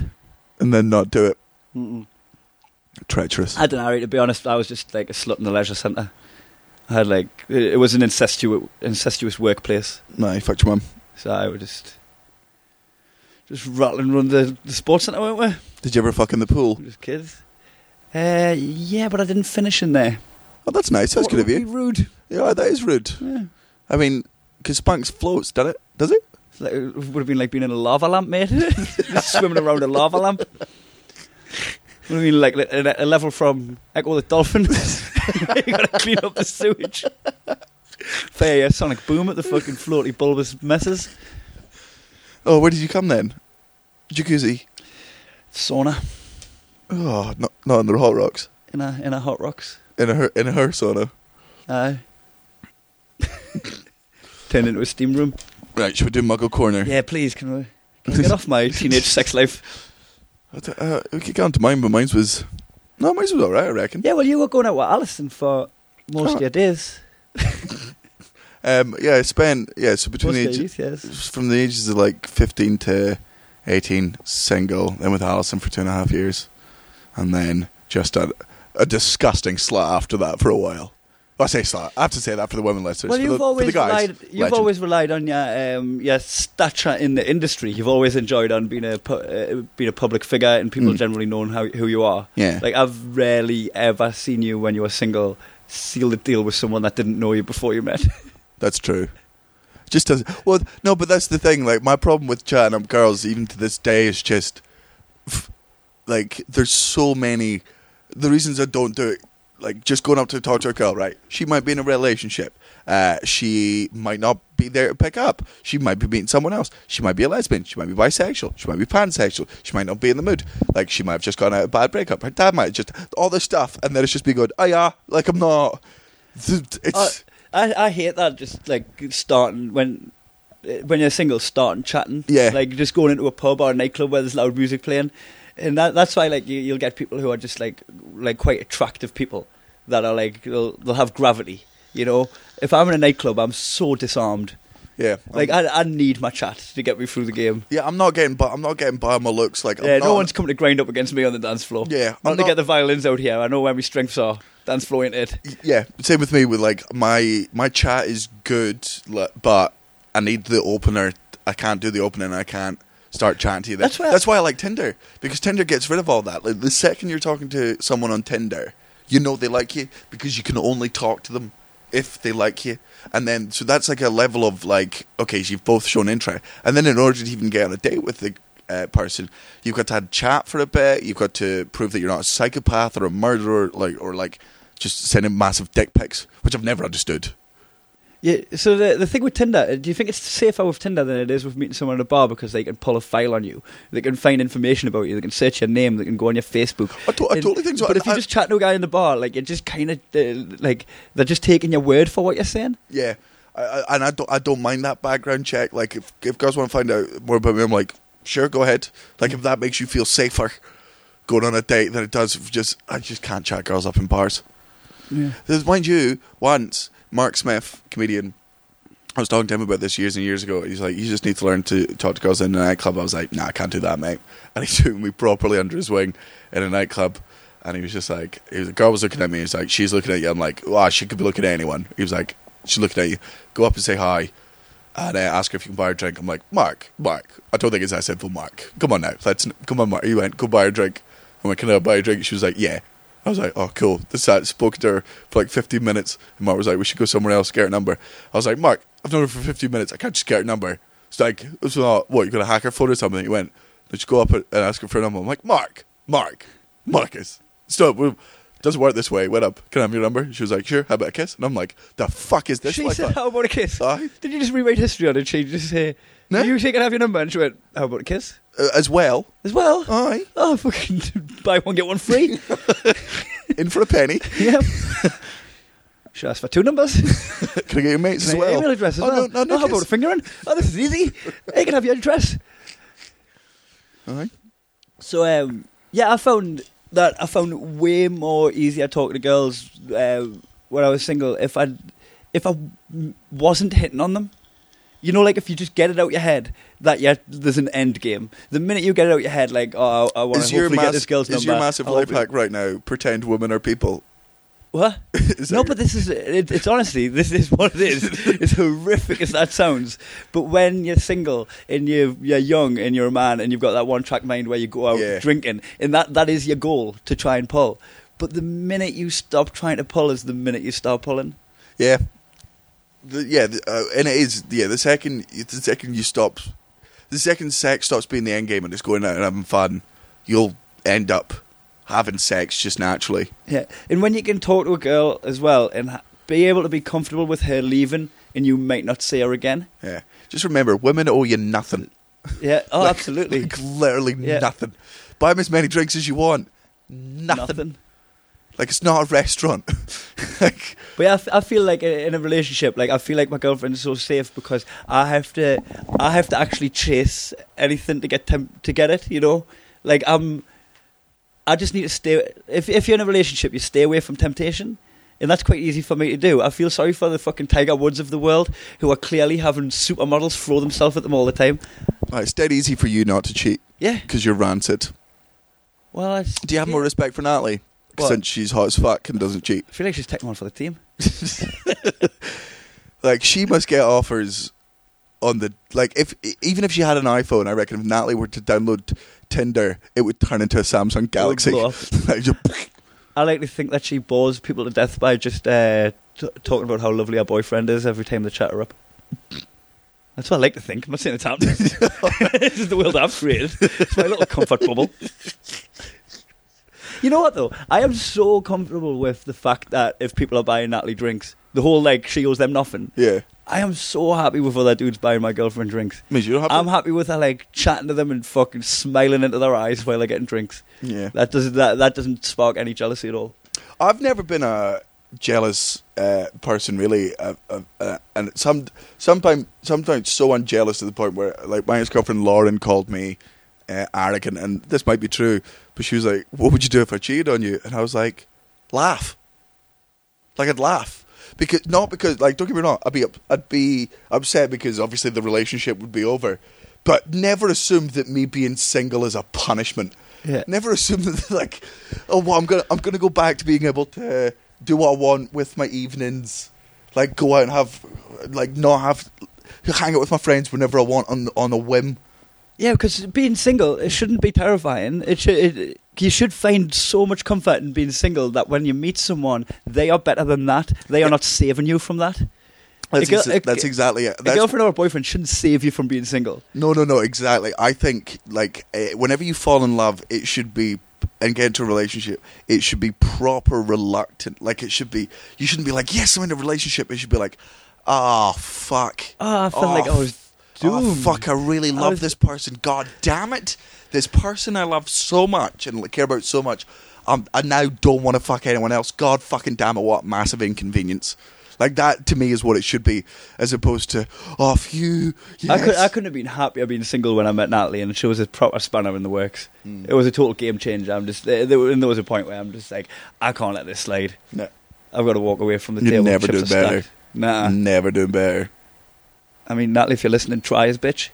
[SPEAKER 1] and then not do it.
[SPEAKER 2] Mm-mm.
[SPEAKER 1] Treacherous.
[SPEAKER 2] I don't know. really, To be honest, I was just like a slut in the leisure centre. I had like it it was an incestuous, incestuous workplace,
[SPEAKER 1] no, fuck your mum.
[SPEAKER 2] so I would just just rattling run the, the sports centre, weren't we?
[SPEAKER 1] Did you ever fuck in the pool?
[SPEAKER 2] We were Just kids. Uh, yeah, but I didn't finish in there.
[SPEAKER 1] Oh, that's nice. That's
[SPEAKER 2] What
[SPEAKER 1] good of
[SPEAKER 2] would
[SPEAKER 1] you.
[SPEAKER 2] Be rude.
[SPEAKER 1] Yeah, that is rude.
[SPEAKER 2] Yeah.
[SPEAKER 1] I mean, because Spunks floats, does it? Does it?
[SPEAKER 2] It's like, it would have been like being in a lava lamp, mate. Just swimming around a lava lamp. Would have been like li- a, a level from Echo the Dolphin. you got to clean up the sewage. Fair, yeah, sonic boom at the fucking floaty bulbous messes.
[SPEAKER 1] Oh, where did you come then? Jacuzzi.
[SPEAKER 2] Sauna
[SPEAKER 1] Oh, not not in the hot rocks.
[SPEAKER 2] in a in a hot rocks.
[SPEAKER 1] In a her in a her sauna.
[SPEAKER 2] Aye. Turned into a steam room.
[SPEAKER 1] Right, should we do Muggle Corner?
[SPEAKER 2] Yeah, please can we can we get off my teenage sex life?
[SPEAKER 1] I don't- Uh, we could get on to mine, but mine's was no, mine's was all right, I reckon.
[SPEAKER 2] Yeah, well you were going out with Alison for most
[SPEAKER 1] Oh.
[SPEAKER 2] of your days.
[SPEAKER 1] Um, yeah, I spent yeah, so between
[SPEAKER 2] Most
[SPEAKER 1] the
[SPEAKER 2] of your
[SPEAKER 1] ages,
[SPEAKER 2] youth, yes.
[SPEAKER 1] from the ages of like fifteen to eighteen, single, then with Alison for two and a half years, and then just a, a disgusting slut after that for a while. Well, I say slut. I have to say that for the women listeners.
[SPEAKER 2] Well,
[SPEAKER 1] for
[SPEAKER 2] you've
[SPEAKER 1] the,
[SPEAKER 2] always
[SPEAKER 1] for the guys,
[SPEAKER 2] relied. You've
[SPEAKER 1] legend.
[SPEAKER 2] always relied on your um, your stature in the industry. You've always enjoyed on being a pu- uh, being a public figure and people
[SPEAKER 1] Mm.
[SPEAKER 2] generally knowing how who you are.
[SPEAKER 1] yeah.
[SPEAKER 2] Like I've rarely ever seen you when you were single seal the deal with someone that didn't know you before you met.
[SPEAKER 1] That's true. Just does well. No, but that's the thing. Like my problem with chatting up girls, even to this day, is just f- like there's so many. The reasons I don't do it, like just going up to talk to a girl, right? She might be in a relationship. Uh, she might not be there to pick up. She might be meeting someone else. She might be a lesbian. She might be bisexual. She might be pansexual. She might not be in the mood. Like she might have just gone out of a bad breakup. Her dad might have just all this stuff, and then it's just be going, oh yeah, like I'm not. It's
[SPEAKER 2] I, I I hate that. Just like starting when. uh, When you're single, starting chatting,
[SPEAKER 1] Yeah.
[SPEAKER 2] like just going into a pub or a nightclub where there's loud music playing, and that, that's why like you, you'll get people who are just like like quite attractive people that are like they'll, they'll have gravity, you know. If I'm in a nightclub, I'm so disarmed.
[SPEAKER 1] yeah.
[SPEAKER 2] Like I, I need my chat to get me through the game.
[SPEAKER 1] Yeah, I'm not getting, but I'm not getting by on my looks. Like,
[SPEAKER 2] yeah,
[SPEAKER 1] I'm not,
[SPEAKER 2] no one's coming to grind up against me on the dance floor.
[SPEAKER 1] Yeah,
[SPEAKER 2] not
[SPEAKER 1] I'm
[SPEAKER 2] to
[SPEAKER 1] not-
[SPEAKER 2] get the violins out here. I know where my strengths are. Dance floor ain't it.
[SPEAKER 1] Yeah, same with me. With like my my chat is good, li- but I need the opener. I can't do the opening. I can't start chatting to you. Then.
[SPEAKER 2] That's why I-
[SPEAKER 1] That's why I like Tinder because Tinder gets rid of all that. Like the second you're talking to someone on Tinder, you know they like you because you can only talk to them if they like you. And then so that's like a level of like okay, so you've both shown interest, and then in order to even get on a date with the uh, person, you've got to have chat for a bit. You've got to prove that you're not a psychopath or a murderer, like or like just sending massive dick pics, which I've never understood.
[SPEAKER 2] Yeah. So the the thing with Tinder, uh, do you think it's safer with Tinder than it is with meeting someone at a bar because they can pull a file on you, they can find information about you, they can search your name, they can go on your Facebook.
[SPEAKER 1] I, to- I
[SPEAKER 2] And-
[SPEAKER 1] totally think so.
[SPEAKER 2] But
[SPEAKER 1] I-
[SPEAKER 2] if you
[SPEAKER 1] I-
[SPEAKER 2] just chat to a guy in the bar, like you're just kind of uh, like they're just taking your word for what you're saying.
[SPEAKER 1] Yeah, I, I, and I don't, I don't mind that background check. Like, if, if girls want to find out more about me, I'm like, sure, go ahead. Like, if that makes you feel safer going on a date than it does, if just I just can't chat girls up in bars.
[SPEAKER 2] Yeah.
[SPEAKER 1] There's, mind you, once Mark Smith, comedian, I was talking to him about this years and years ago. He's like, you just need to learn to talk to girls in a nightclub. I was like, nah, I can't do that, mate. And he took me properly under his wing in a nightclub. And he was just like, he was, the girl was looking at me. He's like, she's looking at you. I'm like, wow, she could be looking at anyone. He was like, she's looking at you. Go up and say hi. and I Uh, ask her if you can buy her a drink. I'm like, Mark, Mark. I don't think it's that simple, Mark. Come on now, let's come on, Mark. He went, go buy her a drink. I'm like, can I buy a drink? She was like, yeah. I was like, oh, cool. This I spoke to her for like 15 minutes, and Mark was like, we should go somewhere else, get her number. I was like, Mark, I've known her for 15 minutes. I can't just get her number. It's like, it's not, what, you're going to hack her phone or something? He went, let's go up and ask her for a number. I'm like, Mark, Mark, Marcus, stop. We- doesn't work this way. Went up, can I have your number? She was like, sure, how about a kiss? And I'm like, the fuck is this?
[SPEAKER 2] she
[SPEAKER 1] Like,
[SPEAKER 2] said, "How about a kiss?"
[SPEAKER 1] Aye.
[SPEAKER 2] Did you just rewrite history on it? She just say,
[SPEAKER 1] Uh, No.
[SPEAKER 2] "You take and have your number," and she went, "How about a kiss?"
[SPEAKER 1] uh, as well.
[SPEAKER 2] As well.
[SPEAKER 1] Aye.
[SPEAKER 2] Oh, fucking buy one get one free.
[SPEAKER 1] In for a penny.
[SPEAKER 2] yep. She asked for two numbers.
[SPEAKER 1] Can I get your mates as
[SPEAKER 2] My
[SPEAKER 1] well?
[SPEAKER 2] Email address as
[SPEAKER 1] oh,
[SPEAKER 2] well.
[SPEAKER 1] No, no,
[SPEAKER 2] oh, how about a fingering? Oh, this is easy. I can have your address.
[SPEAKER 1] Aye.
[SPEAKER 2] So um, yeah, I found that I found way more easier talking to girls uh, when I was single. If I if I wasn't hitting on them, you know, like if you just get it out your head that yeah, there's an end game. The minute you get it out your head, like oh, I, I want
[SPEAKER 1] Is
[SPEAKER 2] to
[SPEAKER 1] your,
[SPEAKER 2] hopefully
[SPEAKER 1] mass-
[SPEAKER 2] get this girl's
[SPEAKER 1] is
[SPEAKER 2] number.
[SPEAKER 1] your massive
[SPEAKER 2] I'll
[SPEAKER 1] life
[SPEAKER 2] hopefully-
[SPEAKER 1] hack right now pretend women are people?
[SPEAKER 2] What?
[SPEAKER 1] Is that
[SPEAKER 2] no,
[SPEAKER 1] your-
[SPEAKER 2] but this is it, it's honestly this is what it is. As horrific as that sounds, but when you're single and you you're young and you're a man and you've got that one track mind where you go out
[SPEAKER 1] Yeah.
[SPEAKER 2] drinking and that that is your goal to try and pull. But the minute you stop trying to pull is the minute you start pulling.
[SPEAKER 1] Yeah, the, yeah, the, uh, and it is. Yeah, the second the second you stop, the second sex stops being the end game and it's going out and having fun, you'll end up having sex just naturally.
[SPEAKER 2] Yeah, and when you can talk to a girl as well and ha- be able to be comfortable with her leaving and you might not see her again.
[SPEAKER 1] Yeah, just remember, women owe you nothing.
[SPEAKER 2] Yeah, oh,
[SPEAKER 1] Like-
[SPEAKER 2] absolutely.
[SPEAKER 1] like literally
[SPEAKER 2] Yeah.
[SPEAKER 1] nothing. Buy them as many drinks as you want. Nothing. Like it's not a restaurant. like,
[SPEAKER 2] But yeah, I, f- I feel like in in a relationship, like I feel like my girlfriend is so safe because I have to, I have to actually chase anything to get temp- to get it. You know, like I'm, I just need to stay. If if you're in a relationship, you stay away from temptation, and that's quite easy for me to do. I feel sorry for the fucking Tiger Woods of the world who are clearly having supermodels throw themselves at them all the time.
[SPEAKER 1] Right, it's dead easy for you not to cheat
[SPEAKER 2] Yeah.
[SPEAKER 1] because you're ranted.
[SPEAKER 2] Well, I, s-
[SPEAKER 1] Do you have more respect for Natalie
[SPEAKER 2] What?
[SPEAKER 1] since she's hot as fuck and doesn't cheat?
[SPEAKER 2] I feel like she's taking one for the team.
[SPEAKER 1] Like she must get offers on the like if e, even if she had an iPhone, I reckon if Natalie were to download Tinder, it would turn into a Samsung Galaxy.
[SPEAKER 2] blow
[SPEAKER 1] Like, just-
[SPEAKER 2] I like to think that she bores people to death by just uh, t- talking about how lovely her boyfriend is every time they chat her up. That's what I like to think. I'm not saying it's happening. this is the world I've created. It's my little comfort bubble. You know what though? I am so comfortable with the fact that if people are buying Natalie drinks, the whole like she owes them nothing.
[SPEAKER 1] yeah,
[SPEAKER 2] I am so happy with other dudes buying my girlfriend drinks.
[SPEAKER 1] means you don't have.
[SPEAKER 2] I'm happy with her like chatting to them and fucking smiling into their eyes while they're getting drinks.
[SPEAKER 1] to, yeah,
[SPEAKER 2] That doesn't that, that doesn't spark any jealousy at all.
[SPEAKER 1] I've never been a jealous uh, person really, uh, uh, uh, and some sometimes sometimes so unjealous to the point where like my ex girlfriend Lauren called me uh, arrogant, and this might be true, but she was like, "What would you do if I cheated on you?" And I was like, "Laugh." Like I'd laugh because not because like don't get me wrong, I'd be up, I'd be upset because obviously the relationship would be over, but never assume that me being single is a punishment.
[SPEAKER 2] Yeah.
[SPEAKER 1] Never assume that like, oh, well, I'm gonna I'm gonna go back to being able to do what I want with my evenings, like go out and have, like not have, hang out with my friends whenever I want on on a whim.
[SPEAKER 2] Yeah, because being single, it shouldn't be terrifying. It should. It, you should find so much comfort in being single that when you meet someone, they are better than that. They are not saving you from that.
[SPEAKER 1] That's,
[SPEAKER 2] A girl-
[SPEAKER 1] exa-
[SPEAKER 2] a-
[SPEAKER 1] that's exactly it.
[SPEAKER 2] a
[SPEAKER 1] That's
[SPEAKER 2] girlfriend or a boyfriend shouldn't save you from being single.
[SPEAKER 1] No, no, no, exactly. I think like eh, whenever you fall in love, it should be and get into a relationship, it should be proper reluctant. Like it should be, you shouldn't be like, yes, I'm in a relationship. It should be like, ah, fuck.
[SPEAKER 2] Ah, I felt like I was
[SPEAKER 1] f- ah,
[SPEAKER 2] doomed.
[SPEAKER 1] fuck, I really
[SPEAKER 2] I
[SPEAKER 1] love
[SPEAKER 2] was-
[SPEAKER 1] this person. God damn it, this person I love so much and care about so much. Um, I now don't want to fuck anyone else. God fucking damn it, what massive inconvenience. Like that to me is what it should be, as opposed to off you.
[SPEAKER 2] I could.
[SPEAKER 1] yes."
[SPEAKER 2] I couldn't have been happier being single when I met Natalie, and she was a proper spanner in the works.
[SPEAKER 1] Hmm. Mm.
[SPEAKER 2] It was a total game changer. I'm just. There, there, and there was a point where I'm just like, I can't let this slide.
[SPEAKER 1] No.
[SPEAKER 2] I've got to walk away from the
[SPEAKER 1] You'd
[SPEAKER 2] table.
[SPEAKER 1] never
[SPEAKER 2] Chips
[SPEAKER 1] do
[SPEAKER 2] are
[SPEAKER 1] better. Mm.
[SPEAKER 2] stacked. Nah.
[SPEAKER 1] Never doing better.
[SPEAKER 2] I mean, Natalie, if you're listening, try as bitch.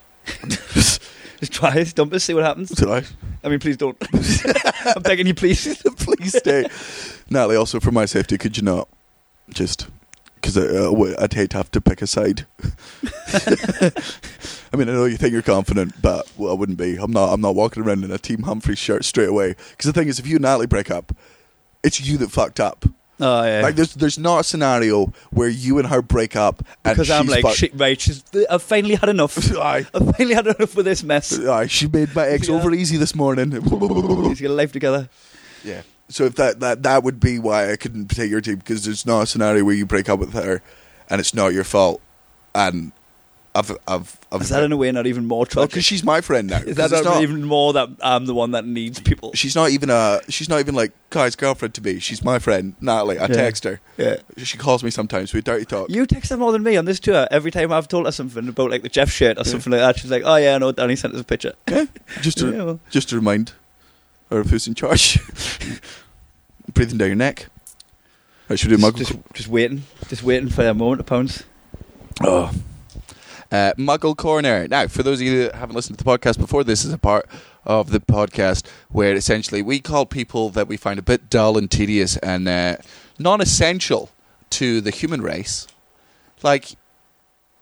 [SPEAKER 2] Just try as dump us, see what happens.
[SPEAKER 1] Did I?
[SPEAKER 2] I mean, please don't. I'm begging you, please.
[SPEAKER 1] Please stay. Natalie, also for uh, my safety, could you not just because I, uh, w- I'd hate to have to pick a side. I mean, I know you think you're confident, but well, I wouldn't be. I'm not. I'm not walking around in a Team Humphreys shirt straight away. Because the thing is, if you and Natalie break up, it's you that fucked up.
[SPEAKER 2] Oh yeah.
[SPEAKER 1] Like, there's there's not a scenario where you and her break up and
[SPEAKER 2] because I'm
[SPEAKER 1] she's
[SPEAKER 2] like,
[SPEAKER 1] fucked-
[SPEAKER 2] shit, mate, she's, I've finally had enough.
[SPEAKER 1] Aye.
[SPEAKER 2] I've finally had enough with this mess.
[SPEAKER 1] Aye, she made my ex
[SPEAKER 2] Yeah.
[SPEAKER 1] over easy this morning.
[SPEAKER 2] Let's get a life together.
[SPEAKER 1] yeah. So if that, that that would be why I couldn't take your team because there's not a scenario where you break up with her, and it's not your fault, and I've I've I've
[SPEAKER 2] Is that in a way not even more
[SPEAKER 1] Well,
[SPEAKER 2] tragic?
[SPEAKER 1] 'cause she's my friend now.
[SPEAKER 2] Is
[SPEAKER 1] 'Cause
[SPEAKER 2] that
[SPEAKER 1] it's
[SPEAKER 2] not
[SPEAKER 1] not-
[SPEAKER 2] even more that I'm the one that needs people?
[SPEAKER 1] She's not even a. She's not even like Kai's girlfriend to me. She's my friend, Natalie. I
[SPEAKER 2] Yeah.
[SPEAKER 1] text her.
[SPEAKER 2] Yeah.
[SPEAKER 1] She calls me sometimes. We dirty talk.
[SPEAKER 2] You text her more than me on this tour. Every time I've told her something about like the Jeff shirt or something like that, she's like, "Oh yeah, I know." Danny sent us a picture.
[SPEAKER 1] yeah. Just to
[SPEAKER 2] Yeah, well.
[SPEAKER 1] just to remind her of who's in charge. Breathing down your neck. Right, should we do
[SPEAKER 2] Just,
[SPEAKER 1] muggle?
[SPEAKER 2] just, just waiting, just waiting for their moment to pounce.
[SPEAKER 1] Oh. Uh, Muggle Corner. Now, for those of you that haven't listened to the podcast before, this is a part of the podcast where essentially we call people that we find a bit dull and tedious and uh, non essential to the human race. Like,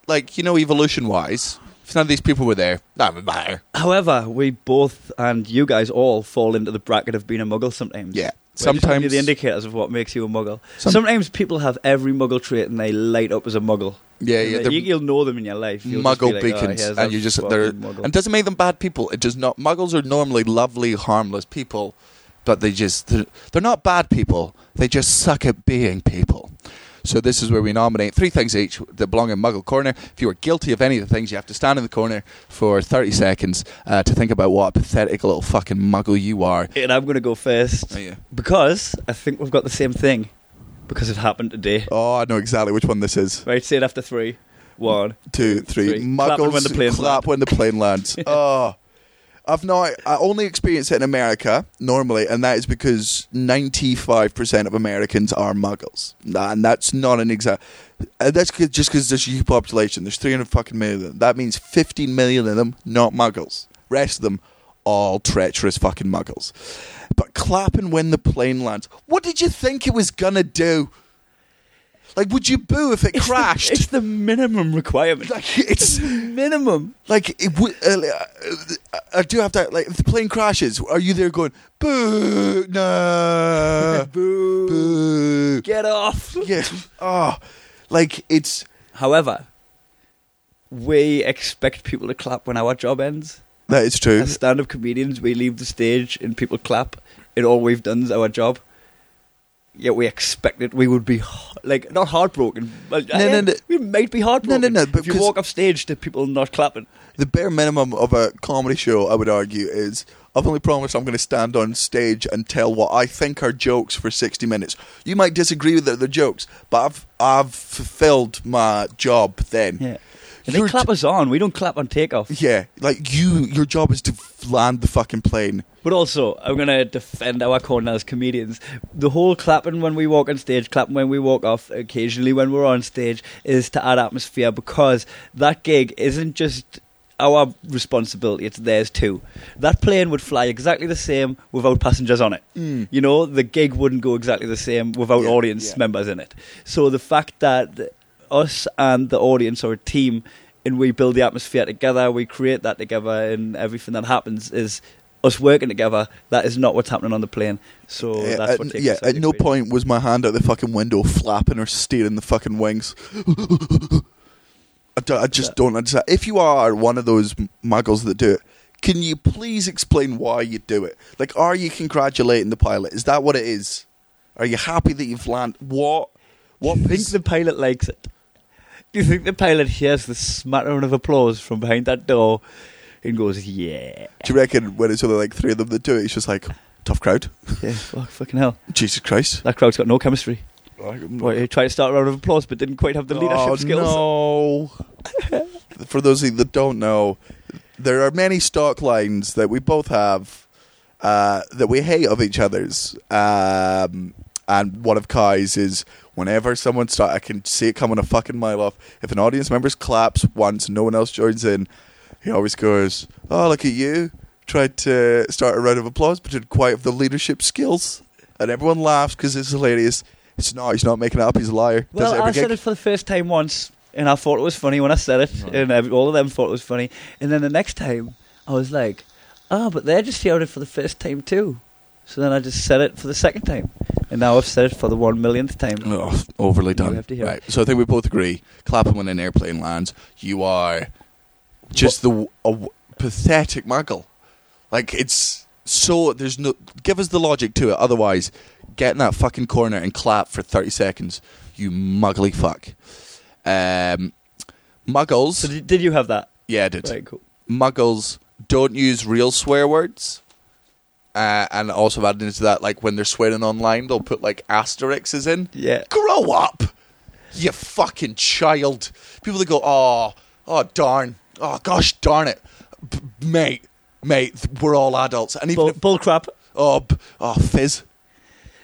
[SPEAKER 1] like you know, evolution wise, if none of these people were there, that would matter.
[SPEAKER 2] However, we both and you guys all fall into the bracket of being a muggle sometimes.
[SPEAKER 1] Yeah.
[SPEAKER 2] Which is one of
[SPEAKER 1] Sometimes-
[SPEAKER 2] the indicators of what makes you a muggle.
[SPEAKER 1] Some-
[SPEAKER 2] sometimes people have every muggle trait and they light up as a muggle.
[SPEAKER 1] Yeah,
[SPEAKER 2] And
[SPEAKER 1] yeah,
[SPEAKER 2] they-
[SPEAKER 1] they're
[SPEAKER 2] you, you'll know them in your life. You'll just be
[SPEAKER 1] muggle
[SPEAKER 2] like, "Oh,
[SPEAKER 1] beacons,
[SPEAKER 2] here's
[SPEAKER 1] and
[SPEAKER 2] a
[SPEAKER 1] you just
[SPEAKER 2] fucking
[SPEAKER 1] they're
[SPEAKER 2] muggle."
[SPEAKER 1] and it doesn't make them bad people. It does not. Muggles are normally lovely, harmless people, but they just they're, they're not bad people. They just suck at being people. So this is where we nominate three things each that belong in Muggle Corner. If you are guilty of any of the things, you have to stand in the corner for thirty seconds uh, to think about what a pathetic little fucking muggle you are.
[SPEAKER 2] And I'm going to go first
[SPEAKER 1] Oh, yeah.
[SPEAKER 2] because I think we've got the same thing because it happened today.
[SPEAKER 1] Oh, I know exactly which one this is.
[SPEAKER 2] Right, say it after three. One.
[SPEAKER 1] two, three.
[SPEAKER 2] Three.
[SPEAKER 1] Muggles
[SPEAKER 2] Clapping when the plane
[SPEAKER 1] clap
[SPEAKER 2] lands.
[SPEAKER 1] when the plane lands. Oh, I've not. I only experience it in America normally, and that is because ninety-five percent of Americans are Muggles, Nah, and that's not an exact. Uh, that's 'cause- just because there's a huge population. There's three hundred fucking million. Of them. That means fifteen million of them not Muggles. Rest of them all treacherous fucking Muggles. But clapping when the plane lands. What did you think it was gonna do? Like, would you boo if it crashed?
[SPEAKER 2] It's the minimum requirement.
[SPEAKER 1] like, it's
[SPEAKER 2] minimum.
[SPEAKER 1] like it would. Uh, uh, I do have to. Like, if the plane crashes, are you there going boo? No,
[SPEAKER 2] Boo.
[SPEAKER 1] Uh, boo.
[SPEAKER 2] Get off.
[SPEAKER 1] Yeah. Oh, like it's
[SPEAKER 2] However, we expect people to clap when our job ends.
[SPEAKER 1] that is true.
[SPEAKER 2] As stand up comedians, we leave the stage and people clap, and all we've done is our job. Yet we expected we would be h- like not heartbroken. But eh,
[SPEAKER 1] No, no, no.
[SPEAKER 2] We might be heartbroken.
[SPEAKER 1] no, no,
[SPEAKER 2] If you
[SPEAKER 1] because-
[SPEAKER 2] walk off stage to people not clapping,
[SPEAKER 1] The bare minimum of a comedy show, I would argue, is I've only promised I'm going to stand on stage and tell what I think are jokes for 60 minutes. You might disagree with that they're jokes, but I've I've fulfilled my job then.
[SPEAKER 2] yeah. And
[SPEAKER 1] Your
[SPEAKER 2] they clap us on. We don't clap on takeoff.
[SPEAKER 1] Yeah, like you, your job is to f- land the fucking plane.
[SPEAKER 2] But also, I'm going to defend our corner as comedians. The whole clapping when we walk on stage, clapping when we walk off, occasionally when we're on stage, is to add atmosphere because that gig isn't just our responsibility, it's theirs too. That plane would fly exactly the same without passengers on it.
[SPEAKER 1] Mm.
[SPEAKER 2] You know, the gig wouldn't go exactly the same without
[SPEAKER 1] Yeah,
[SPEAKER 2] audience
[SPEAKER 1] yeah.
[SPEAKER 2] members in it. So the fact that us and the audience are a team and we build the atmosphere together, we create that together, and everything that happens is us working together. That is not what's happening on the plane. So
[SPEAKER 1] Yeah,
[SPEAKER 2] that's
[SPEAKER 1] Eh, at,
[SPEAKER 2] what takes
[SPEAKER 1] yeah,
[SPEAKER 2] us out
[SPEAKER 1] at
[SPEAKER 2] of
[SPEAKER 1] no
[SPEAKER 2] the equation.
[SPEAKER 1] point was my hand out the fucking window flapping or steering the fucking wings. I, do- I just don't understand. If you are one of those m- muggles that do it, can you please explain why you do it? Like, are you congratulating the pilot? Is that what it is? Are you happy that you've landed? What? What?
[SPEAKER 2] Do you think
[SPEAKER 1] is-
[SPEAKER 2] the pilot likes it? Do you think the pilot hears the smattering of applause from behind that door and goes, yeah.
[SPEAKER 1] do you reckon when it's only like three of them that do it, it's just like tough crowd?
[SPEAKER 2] yeah fuck, fucking hell.
[SPEAKER 1] Jesus Christ!
[SPEAKER 2] That crowd's got no chemistry. Well,
[SPEAKER 1] What
[SPEAKER 2] he tried to start a round of applause but didn't quite have the leadership
[SPEAKER 1] oh,
[SPEAKER 2] skills.
[SPEAKER 1] No. For those of you that don't know, there are many stock lines that we both have uh, that we hate of each other's. Um, and one of Kai's is whenever someone start, I can see it coming a fucking mile off. If an audience member claps once, no one else joins in. He always goes, "Oh, look at you! Tried to start a round of applause, but didn't quite have the leadership skills." And everyone laughs because it's hilarious. It's not. He's not making it up. He's a liar.
[SPEAKER 2] Well,
[SPEAKER 1] Does it every
[SPEAKER 2] I said
[SPEAKER 1] gig.
[SPEAKER 2] it for the first time once. and I thought it was funny when I said it,
[SPEAKER 3] Right.
[SPEAKER 2] and every, all of them thought it was funny. And then the next time, I was like, "Oh, but they just shouted for the first time too." So then I just said it for the second time, and now I've said it for the one millionth time.
[SPEAKER 1] Oh, overly done.
[SPEAKER 2] You have to hear it.
[SPEAKER 1] Right. So I think we both agree. Clapping when an airplane lands, you are just the a w- pathetic muggle. Like it's so there's no give us the logic to it. Otherwise, get in that fucking corner and clap for thirty seconds. You muggly fuck. Um, muggles.
[SPEAKER 2] So did, did you have that?
[SPEAKER 1] yeah, I did.
[SPEAKER 2] Right, cool.
[SPEAKER 1] Muggles don't use real swear words. Uh, and also added into that, like when they're swearing online, they'll put like asterisks in
[SPEAKER 2] Yeah.
[SPEAKER 1] grow up, you fucking child. People that go, oh, oh, darn, oh, gosh, darn it, B- mate, mate, th- we're all adults, and even
[SPEAKER 2] Bull,
[SPEAKER 1] if,
[SPEAKER 2] bull crap.
[SPEAKER 1] oh, b- oh, fizz,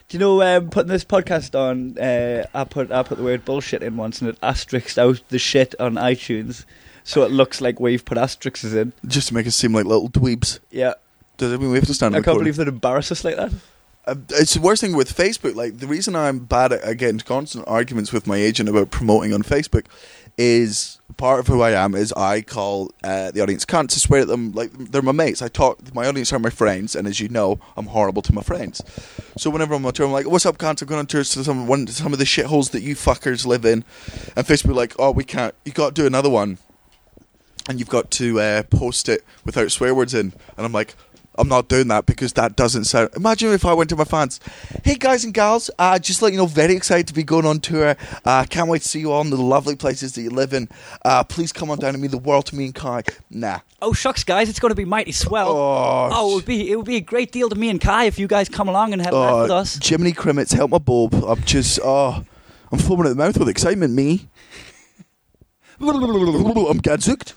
[SPEAKER 2] Do you know um, putting this podcast on? Uh, I put I put the word bullshit in once, and it asterisked out the shit on iTunes, so it looks like we've put asterisks in.
[SPEAKER 1] just to make us seem like little dweebs.
[SPEAKER 2] Yeah,
[SPEAKER 1] Does it mean we have to stand?
[SPEAKER 2] I
[SPEAKER 1] and
[SPEAKER 2] can't
[SPEAKER 1] record?
[SPEAKER 2] believe they'd embarrass us like that.
[SPEAKER 1] Uh, it's the worst thing with Facebook. Like the reason I'm bad at, at getting into constant arguments with my agent about promoting on Facebook is part of who I am is I call uh, the audience cunts. I swear at them like they're my mates. I talk. My audience are my friends, and as you know, I'm horrible to my friends. So whenever I'm on tour, I'm like, "What's up, cunts? I'm going on tour to some one some of the shitholes that you fuckers live in," and Facebook like, "Oh, we can't. You got to do another one." and you've got to uh, post it without swear words in. And I'm like, I'm not doing that because that doesn't sound. Imagine if I went to my fans, hey guys and gals, uh, just let you know, very excited to be going on tour. Uh, can't wait to see you all in the lovely places that you live in. Uh, please come on down and meet the world to me and Kai. Nah.
[SPEAKER 2] Oh shucks, guys, it's going to be mighty swell.
[SPEAKER 1] Oh,
[SPEAKER 2] it would be it would be a great deal to me and Kai if you guys come along and have
[SPEAKER 1] Oh, Jiminy Crimmets, help my bulb. I'm just, oh, I'm foaming at the mouth with excitement, me. I'm gadzooked.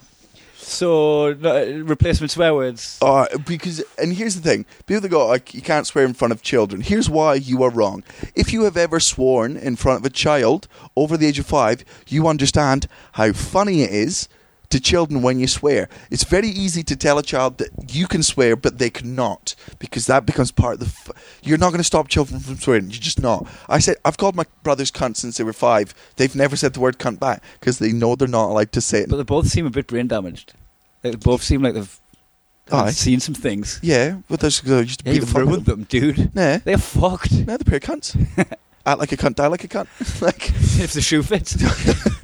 [SPEAKER 2] So no, replacement swear words.
[SPEAKER 1] Uh, because and here's the thing: people that go, like, you can't swear in front of children. Here's why you are wrong. If you have ever sworn in front of a child over the age of five, you understand how funny it is to children when you swear. It's very easy to tell a child that you can swear, but they cannot, because that becomes part of the. F- You're not going to stop children from swearing. You're just not. I said I've called my brothers cunt since they were five. They've never said the word cunt back because they know they're not allowed to say it.
[SPEAKER 2] But they both seem a bit brain damaged. They both seem like they've
[SPEAKER 1] Oh, Aye.
[SPEAKER 2] seen some things.
[SPEAKER 1] yeah, but there's just
[SPEAKER 2] Yeah,
[SPEAKER 1] beat the
[SPEAKER 2] you've
[SPEAKER 1] fuck out of
[SPEAKER 2] ruined them, dude.
[SPEAKER 1] them. Nah.
[SPEAKER 2] They're fucked.
[SPEAKER 1] No, the pair of cunts. Act like a cunt, die like a cunt. like
[SPEAKER 2] if the shoe fits.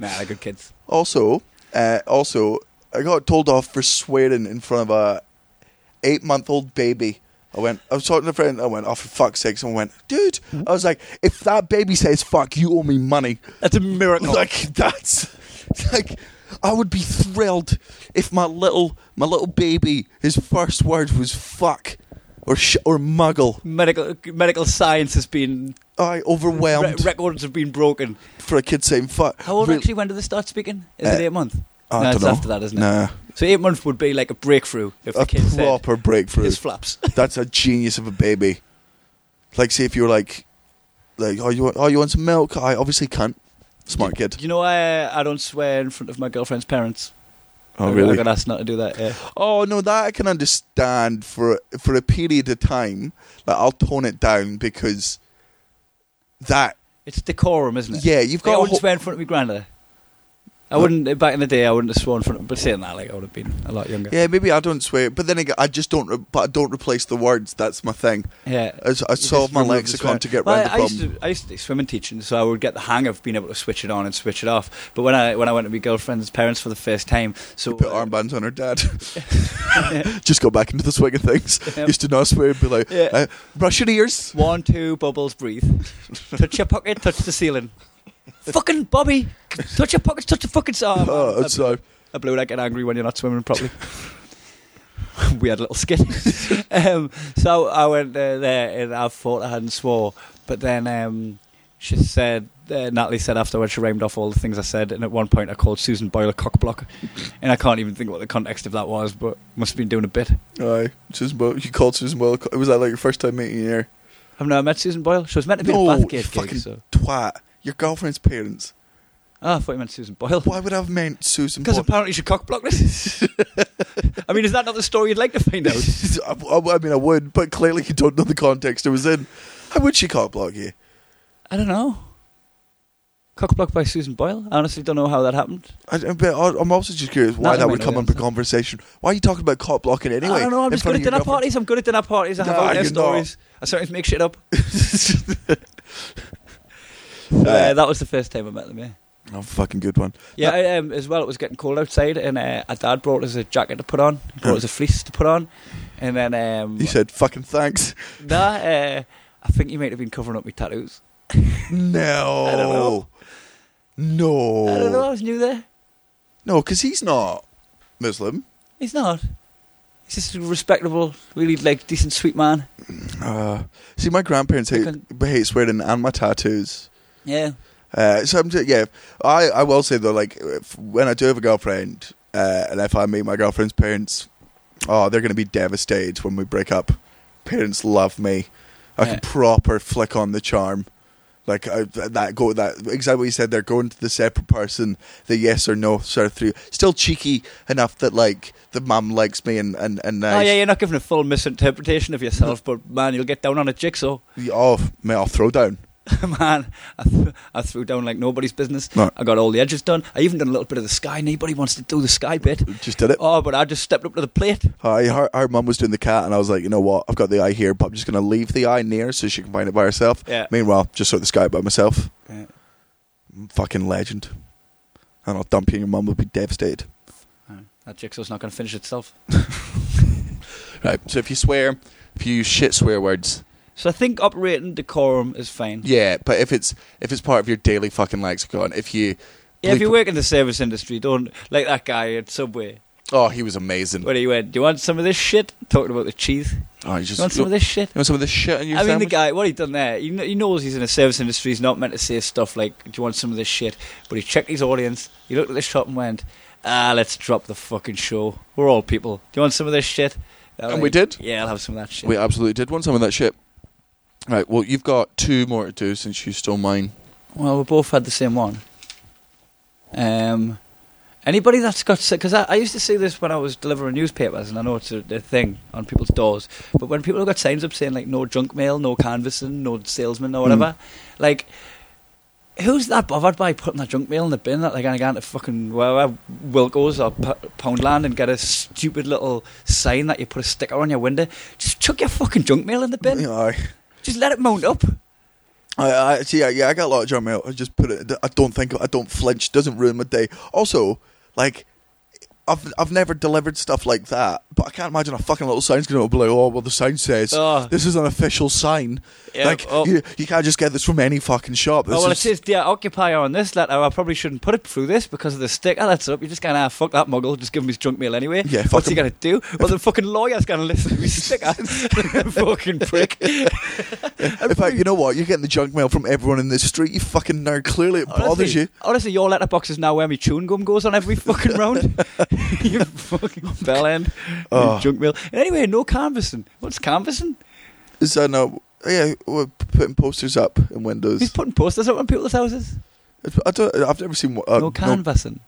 [SPEAKER 2] nah, they're good kids.
[SPEAKER 1] also, uh, also, I got told off for swearing in front of a eight-month-old baby. I went. I was talking to a friend. I went, "Oh, for fuck's sake!" Someone went, "Dude," I was like, "If that baby says fuck, you owe me money."
[SPEAKER 2] That's a miracle.
[SPEAKER 1] Like that's like I would be thrilled if my little my little baby his first word was fuck or sh- or muggle.
[SPEAKER 2] medical medical science has been
[SPEAKER 1] I
[SPEAKER 2] re-
[SPEAKER 1] overwhelmed
[SPEAKER 2] records have been broken.
[SPEAKER 1] for a kid saying fuck.
[SPEAKER 2] How old
[SPEAKER 1] Really-
[SPEAKER 2] actually? When do they start speaking? Is
[SPEAKER 1] Uh,
[SPEAKER 2] it eight months?
[SPEAKER 1] I
[SPEAKER 2] no,
[SPEAKER 1] don't
[SPEAKER 2] it's
[SPEAKER 1] know.
[SPEAKER 2] after that, isn't it?
[SPEAKER 1] Nah.
[SPEAKER 2] So eight months would be like a breakthrough if the
[SPEAKER 1] a
[SPEAKER 2] kid said
[SPEAKER 1] proper breakthrough.
[SPEAKER 2] his flaps.
[SPEAKER 1] That's a genius of a baby. Like, say if you were like, like, oh, you want, oh, you want some milk? I obviously can't. Smart kid.
[SPEAKER 2] You know, uh, I I don't swear in front of my girlfriend's parents.
[SPEAKER 1] Oh,
[SPEAKER 2] I- I
[SPEAKER 1] really?
[SPEAKER 2] got asked not to do that. Yeah.
[SPEAKER 1] Oh no, that I can understand for for a period of time. Like, I'll tone it down because that.
[SPEAKER 2] It's decorum, isn't it?
[SPEAKER 1] Yeah, you've
[SPEAKER 2] Like, I
[SPEAKER 1] got. a
[SPEAKER 2] wouldn't
[SPEAKER 1] whole,
[SPEAKER 2] swear in front of my granddad. I
[SPEAKER 1] What?
[SPEAKER 2] wouldn't back in the day. I wouldn't have sworn in front of. But saying that, like I would have been a lot younger.
[SPEAKER 1] yeah, maybe I don't swear, but then again, I just don't. Re- but I don't replace the words. That's my thing.
[SPEAKER 2] yeah.
[SPEAKER 1] I, s- I
[SPEAKER 2] You
[SPEAKER 1] solve
[SPEAKER 2] just
[SPEAKER 1] my
[SPEAKER 2] remove the
[SPEAKER 1] lexicon
[SPEAKER 2] swear.
[SPEAKER 1] to get
[SPEAKER 2] Well,
[SPEAKER 1] round the
[SPEAKER 2] I, I used
[SPEAKER 1] problem.
[SPEAKER 2] to, I used to do swimming teaching, so I would get the hang of being able to switch it on and switch it off. But when I when I went to my girlfriend's parents for the first time, so
[SPEAKER 1] Put armbands on her dad. just go back into the swing of things.
[SPEAKER 2] Yeah.
[SPEAKER 1] Used to not swear and be like,
[SPEAKER 2] Yeah.
[SPEAKER 1] uh, brush your ears.
[SPEAKER 2] one, two, bubbles, breathe. touch your pocket, touch the ceiling. fucking Bobby, touch your pockets, touch your fucking um, arm.
[SPEAKER 1] Oh,
[SPEAKER 2] I,
[SPEAKER 1] that's so.
[SPEAKER 2] I blew like get angry when you're not swimming properly. Weird little skin. um, so I went uh, there and I thought I hadn't swore, but then um, she said. Uh, Natalie said afterwards she ramed off all the things I said, and at one point I called Susan Boyle a cockblock, and I can't even think what the context of that was, but must have been doing a bit.
[SPEAKER 1] Aye, Susan Boyle. You called Susan Boyle. Was that like your first time meeting her?
[SPEAKER 2] I've never met Susan Boyle. She was meant to be
[SPEAKER 1] No,
[SPEAKER 2] a
[SPEAKER 1] you
[SPEAKER 2] Bathgate
[SPEAKER 1] fucking-
[SPEAKER 2] gig. So.
[SPEAKER 1] Twat. Your girlfriend's parents.
[SPEAKER 2] Oh, I thought you meant Susan Boyle.
[SPEAKER 1] Why would I have meant Susan
[SPEAKER 2] Because
[SPEAKER 1] Boyle?
[SPEAKER 2] apparently she cockblocked us. I mean, is that not the story you'd like to find out?
[SPEAKER 1] I, I- I mean, I would, but clearly you don't know the context it was in. How would she cock block you?
[SPEAKER 2] I don't know. Cockblock by Susan Boyle. I honestly don't know how that happened.
[SPEAKER 1] I, but I- I'm also just curious why
[SPEAKER 2] Not
[SPEAKER 1] that
[SPEAKER 2] a
[SPEAKER 1] would
[SPEAKER 2] minute,
[SPEAKER 1] come up
[SPEAKER 2] yeah.
[SPEAKER 1] in conversation. Why are you talking about cop blocking anyway?
[SPEAKER 2] I don't know. I'm
[SPEAKER 1] in
[SPEAKER 2] just
[SPEAKER 1] front of
[SPEAKER 2] good
[SPEAKER 1] your
[SPEAKER 2] at dinner
[SPEAKER 1] girlfriend?
[SPEAKER 2] parties. I'm good at dinner parties. I have
[SPEAKER 1] Nah,
[SPEAKER 2] out there
[SPEAKER 1] you're not.
[SPEAKER 2] stories. I sometimes make shit up. Uh, that was the first time I met them. Yeah.
[SPEAKER 1] Oh, fucking good one.
[SPEAKER 2] Yeah, I, um, as well, it was getting cold outside, and uh, our dad brought us a jacket to put on,
[SPEAKER 1] Hmm.
[SPEAKER 2] brought us a fleece to put on, and then um,
[SPEAKER 1] He said, "Fucking thanks."
[SPEAKER 2] nah, uh, I think he might have been covering up my tattoos.
[SPEAKER 1] No,
[SPEAKER 2] I don't know.
[SPEAKER 1] no,
[SPEAKER 2] I
[SPEAKER 1] Oh.
[SPEAKER 2] don't know. I was new there.
[SPEAKER 1] no, because he's not Muslim.
[SPEAKER 2] He's not. He's just a respectable, really like decent, sweet man.
[SPEAKER 1] Uh, see, my grandparents hate, hate swearing and my tattoos.
[SPEAKER 2] Yeah,
[SPEAKER 1] Uh, so I'm just, yeah, I, I will say though, like if, when I do have a girlfriend, uh, and if I meet my girlfriend's parents, oh, they're gonna be devastated when we break up. Parents love me. I
[SPEAKER 2] Yeah.
[SPEAKER 1] can proper flick on the charm. Like I, that go that exactly what you said. They're going to the separate person. The yes or no sort of through. Still cheeky enough that like the mum likes me and and and
[SPEAKER 2] Oh
[SPEAKER 1] nice.
[SPEAKER 2] yeah, you're not giving a full misinterpretation of yourself, but man, you'll get down on a jigsaw.
[SPEAKER 1] Oh, mate, I'll throw down.
[SPEAKER 2] man, I, th- I threw down like nobody's business.
[SPEAKER 1] Right.
[SPEAKER 2] I got all the edges done. I even done a little bit of the sky. Nobody wants to do the sky bit.
[SPEAKER 1] Just did it.
[SPEAKER 2] Oh, but I just stepped up to the plate.
[SPEAKER 1] Hi, her, her mum was doing the cat, and I was like, you know what? I've got the eye here, but I'm just going to leave the eye near so she can find it by herself.
[SPEAKER 2] Yeah.
[SPEAKER 1] Meanwhile, just sort the sky by myself.
[SPEAKER 2] Yeah.
[SPEAKER 1] Fucking legend. And I'll dump you, and your mum will be devastated.
[SPEAKER 2] That jigsaw's not going to finish itself.
[SPEAKER 1] Right. So if you swear, if you use shit swear words,
[SPEAKER 2] So I think operating decorum is fine.
[SPEAKER 1] yeah. But if it's if it's part of your daily fucking lexicon, if you,
[SPEAKER 2] Yeah, if you work in the service industry, don't like that guy at Subway
[SPEAKER 1] oh, he was amazing.
[SPEAKER 2] where he went. Do you want some of this shit? Talking about the cheese.
[SPEAKER 1] Oh, you
[SPEAKER 2] Do
[SPEAKER 1] just
[SPEAKER 2] you want some of this shit?
[SPEAKER 1] you want some of this shit in your
[SPEAKER 2] I mean, the
[SPEAKER 1] sandwich?
[SPEAKER 2] guy, what he done there, he, kn- he knows he's in the service industry, he's not meant to say stuff like, do you want some of this shit? But he checked his audience, he looked at the shop and went, ah, let's drop the fucking show. We're all people. Do you want some of this shit? I'm
[SPEAKER 1] And we did.
[SPEAKER 2] Yeah, I'll have some of that shit.
[SPEAKER 1] We absolutely did want some of that shit. Right. Well, you've got two more to do since you stole mine.
[SPEAKER 2] Well, we both had the same one. Um, anybody that's got because I, I used to see this when I was delivering newspapers, and I know it's a, a thing on people's doors. But when people have got signs up saying like "no junk mail," "no canvassing," "no salesman,"
[SPEAKER 1] Hmm.
[SPEAKER 2] or whatever, like. Who's that bothered by putting that junk mail in the bin? That they're going to go to fucking wherever Wilco's or P- Poundland and get a stupid little sign that you put a sticker on your window. Just chuck your fucking junk mail in the bin.
[SPEAKER 1] Aye.
[SPEAKER 2] Just let it mount up.
[SPEAKER 1] I, I see. Yeah, yeah, I got a lot of junk mail. I just put it. I don't think. I don't flinch. Doesn't ruin my day. Also, like, I've I've never delivered stuff like that. But I can't imagine a fucking little sign's going to be like, oh, well, the sign says
[SPEAKER 2] Oh.
[SPEAKER 1] this is an official sign.
[SPEAKER 2] Yeah,
[SPEAKER 1] like,
[SPEAKER 2] oh.
[SPEAKER 1] you, you can't just get this from any fucking shop. This
[SPEAKER 2] oh, well,
[SPEAKER 1] is,
[SPEAKER 2] it says dear occupier on this letter. I probably shouldn't put it through this because of the sticker that's up. You're just going to ah, fuck that muggle. Just give him his junk mail anyway.
[SPEAKER 1] Yeah, fuck
[SPEAKER 2] What's he
[SPEAKER 1] him.
[SPEAKER 2] going to do? Well, the fucking lawyer's going to listen to his sticker. fucking prick.
[SPEAKER 1] In fact, you know what? You're getting the junk mail from everyone in this street. You fucking nerd. Clearly, it
[SPEAKER 2] Oh,
[SPEAKER 1] bothers
[SPEAKER 2] honestly,
[SPEAKER 1] you.
[SPEAKER 2] Honestly, your letterbox is now where my chewing gum goes on every fucking round. you fucking bell end.
[SPEAKER 1] Oh.
[SPEAKER 2] Junk mail. And anyway, no canvassing. What's canvassing?
[SPEAKER 1] Is that no? Yeah, we're putting posters up in
[SPEAKER 2] He's
[SPEAKER 1] windows.
[SPEAKER 2] putting posters up on people's houses.
[SPEAKER 1] I don't, I've never seen uh,
[SPEAKER 2] no canvassing.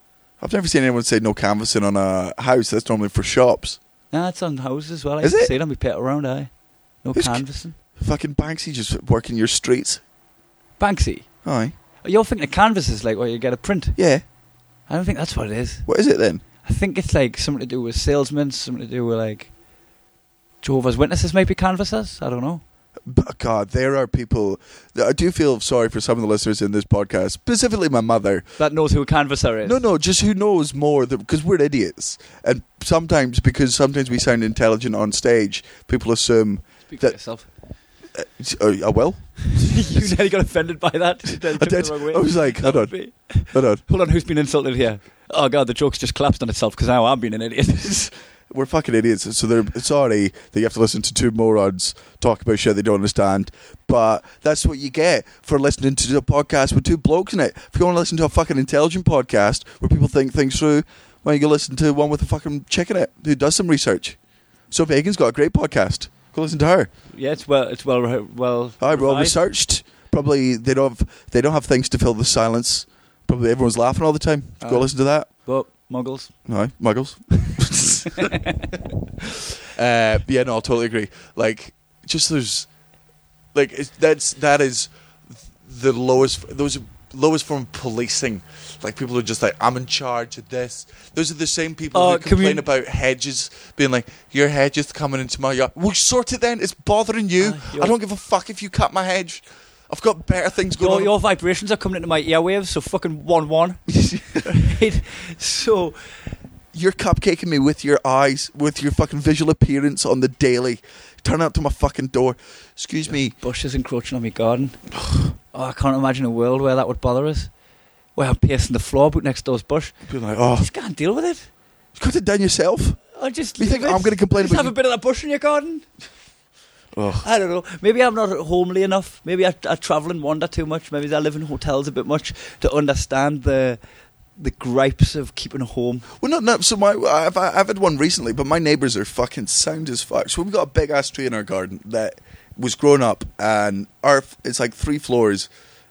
[SPEAKER 1] I've never seen anyone say no canvassing on a house. That's normally for shops.
[SPEAKER 2] Nah, it's on houses as well. I
[SPEAKER 1] Is
[SPEAKER 2] used to
[SPEAKER 1] it?
[SPEAKER 2] see it on my pet around, aye. No
[SPEAKER 1] Who's c-
[SPEAKER 2] canvassing.
[SPEAKER 1] Fucking Banksy just working your streets.
[SPEAKER 2] Banksy.
[SPEAKER 1] Aye.
[SPEAKER 2] You're thinking of canvases, like where you get a print.
[SPEAKER 1] Yeah.
[SPEAKER 2] I don't think that's what it is.
[SPEAKER 1] What is it then?
[SPEAKER 2] I think it's like something to do with salesmen, something to do with like Jehovah's Witnesses, maybe canvassers. I don't know.
[SPEAKER 1] But God, there are people. I do feel sorry for some of the listeners in this podcast, specifically my mother.
[SPEAKER 2] That knows who a canvasser is.
[SPEAKER 1] No, no, just who knows more because we're idiots, and sometimes because sometimes we sound intelligent on stage, people assume.
[SPEAKER 2] Speak for
[SPEAKER 1] That-
[SPEAKER 2] yourself.
[SPEAKER 1] Uh, I will.
[SPEAKER 2] you nearly got offended by that. You nearly
[SPEAKER 1] I
[SPEAKER 2] took it
[SPEAKER 1] did.
[SPEAKER 2] the wrong way.
[SPEAKER 1] I was like,
[SPEAKER 2] That
[SPEAKER 1] hold on,
[SPEAKER 2] would be-
[SPEAKER 1] hold on.
[SPEAKER 2] Hold on, who's been insulted here? Oh god, the joke's just collapsed on itself because now I'm being an idiot.
[SPEAKER 1] We're fucking idiots, so they're sorry that you have to listen to two morons talk about shit they don't understand. But that's what you get for listening to a podcast with two blokes in it. If you want to listen to a fucking intelligent podcast where people think things through, why don't you listen to one with a fucking chick in it who does some research? Sophie Hagen's got a great podcast. Go listen to her.
[SPEAKER 2] yeah, it's well, it's well, re- well.
[SPEAKER 1] I well
[SPEAKER 2] revised.
[SPEAKER 1] researched. Probably they don't have, they don't have things to fill the silence. Probably everyone's laughing all the time. Go
[SPEAKER 2] Aye.
[SPEAKER 1] listen to that.
[SPEAKER 2] But muggles.
[SPEAKER 1] No, muggles. uh, yeah, no, I totally agree. Like, just there's, like, it's, that's that is the lowest. Those lowest form of policing. Like people are just like, I'm in charge of this. Those are the same people
[SPEAKER 2] Oh,
[SPEAKER 1] who
[SPEAKER 2] can we-
[SPEAKER 1] complain about hedges being like, your hedge is coming into my yard. We'll sort it then. It's bothering you.
[SPEAKER 2] Ah, you're-
[SPEAKER 1] I don't give a fuck if you cut my hedge. I've got better things going
[SPEAKER 2] Your,
[SPEAKER 1] on.
[SPEAKER 2] your vibrations are coming into my earwaves, so fucking one one. right? So
[SPEAKER 1] You're cupcaking me with your eyes, with your fucking visual appearance on the daily. Turn up to my fucking door. Excuse me.
[SPEAKER 2] bushes encroaching on my garden. Oh, I can't imagine a world where that would bother us. Where I'm piercing the floor, but next door's bush.
[SPEAKER 1] Be like, oh,
[SPEAKER 2] I just can't deal with it.
[SPEAKER 1] you cut it down yourself.
[SPEAKER 2] I just.
[SPEAKER 1] You think
[SPEAKER 2] leave it.
[SPEAKER 1] I'm gonna complain
[SPEAKER 2] Just
[SPEAKER 1] about
[SPEAKER 2] have
[SPEAKER 1] you-
[SPEAKER 2] a bit of that bush in your garden.
[SPEAKER 1] Oh,
[SPEAKER 2] I don't know. Maybe I'm not homely enough. Maybe I, I travel and wander too much. Maybe I live in hotels a bit much to understand the the gripes of keeping a home.
[SPEAKER 1] well, no, no. So my, I've, I've had one recently, but my neighbours are fucking sound as fuck. So we've got a big ass tree in our garden that was grown up, and our f- it's like three floors,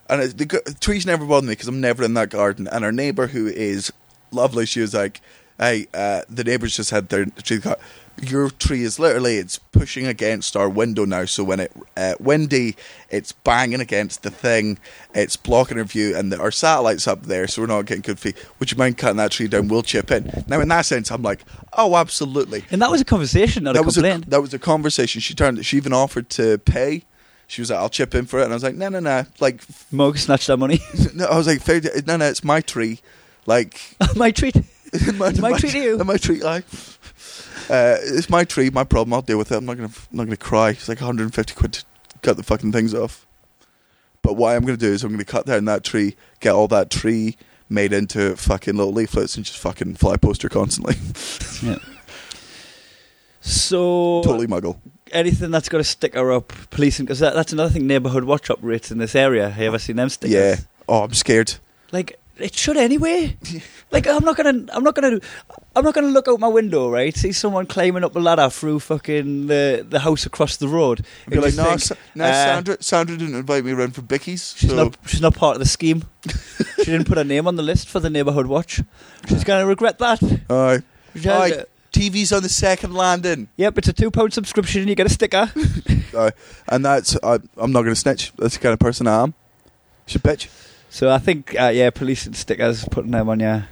[SPEAKER 1] and it, the g- trees never bother me because I'm never in that garden. And our neighbour who is lovely, she was like, "Hey, uh, the neighbours just had their tree cut. Your tree is literally it's pushing against our window now. So when it uh, windy, it's banging against the thing. It's blocking our view, and the, our satellite's up there, so we're not getting good feed. Would you mind cutting that tree down? We'll chip in. Now, in that sense, I'm like, oh, absolutely.
[SPEAKER 2] And that was a conversation, not a
[SPEAKER 1] that was
[SPEAKER 2] complaint.
[SPEAKER 1] that was a conversation. She turned. She even offered to pay. She was like, I'll chip in for it, and I was like, no, no, no. Like,
[SPEAKER 2] Mug snatched that money.
[SPEAKER 1] no, I was like, fair- no, no, it's my tree. Like,
[SPEAKER 2] My treat.
[SPEAKER 1] my,
[SPEAKER 2] It's my tree to you.
[SPEAKER 1] My tree, aye. Uh, it's my tree, my problem. I'll deal with it. I'm not gonna, I'm not gonna cry. It's like 150 quid to cut the fucking things off. But what I'm gonna do is I'm gonna cut down that tree, get all that tree made into fucking little leaflets, and just fucking fly poster constantly.
[SPEAKER 2] Yeah. So
[SPEAKER 1] totally muggle.
[SPEAKER 2] anything that's got a sticker up, policing because that, that's another thing. Neighbourhood watch operates in this area. Have you ever seen them stickers?
[SPEAKER 1] Yeah. Oh, I'm scared.
[SPEAKER 2] Like it should anyway. like I'm not gonna, I'm not gonna, I'm not gonna look out my window, right? See someone climbing up a ladder through fucking the the house across the road.
[SPEAKER 1] I'd be
[SPEAKER 2] and
[SPEAKER 1] like,
[SPEAKER 2] just
[SPEAKER 1] no,
[SPEAKER 2] think,
[SPEAKER 1] Sa- no,
[SPEAKER 2] uh,
[SPEAKER 1] Sandra, Sandra didn't invite me around for bickies.
[SPEAKER 2] She's
[SPEAKER 1] so
[SPEAKER 2] not, she's not part of the scheme. she didn't put her name on the list for the neighbourhood watch. She's gonna regret that.
[SPEAKER 1] aye.
[SPEAKER 2] She has
[SPEAKER 1] Aye.
[SPEAKER 2] it.
[SPEAKER 1] TV's on the second landing.
[SPEAKER 2] Yep, it's a two pound subscription and you get a sticker.
[SPEAKER 1] Uh, and that's I, I'm not going to snitch. That's the kind of person I am. She's a bitch.
[SPEAKER 2] so I think, uh, yeah, policing stickers, putting them on your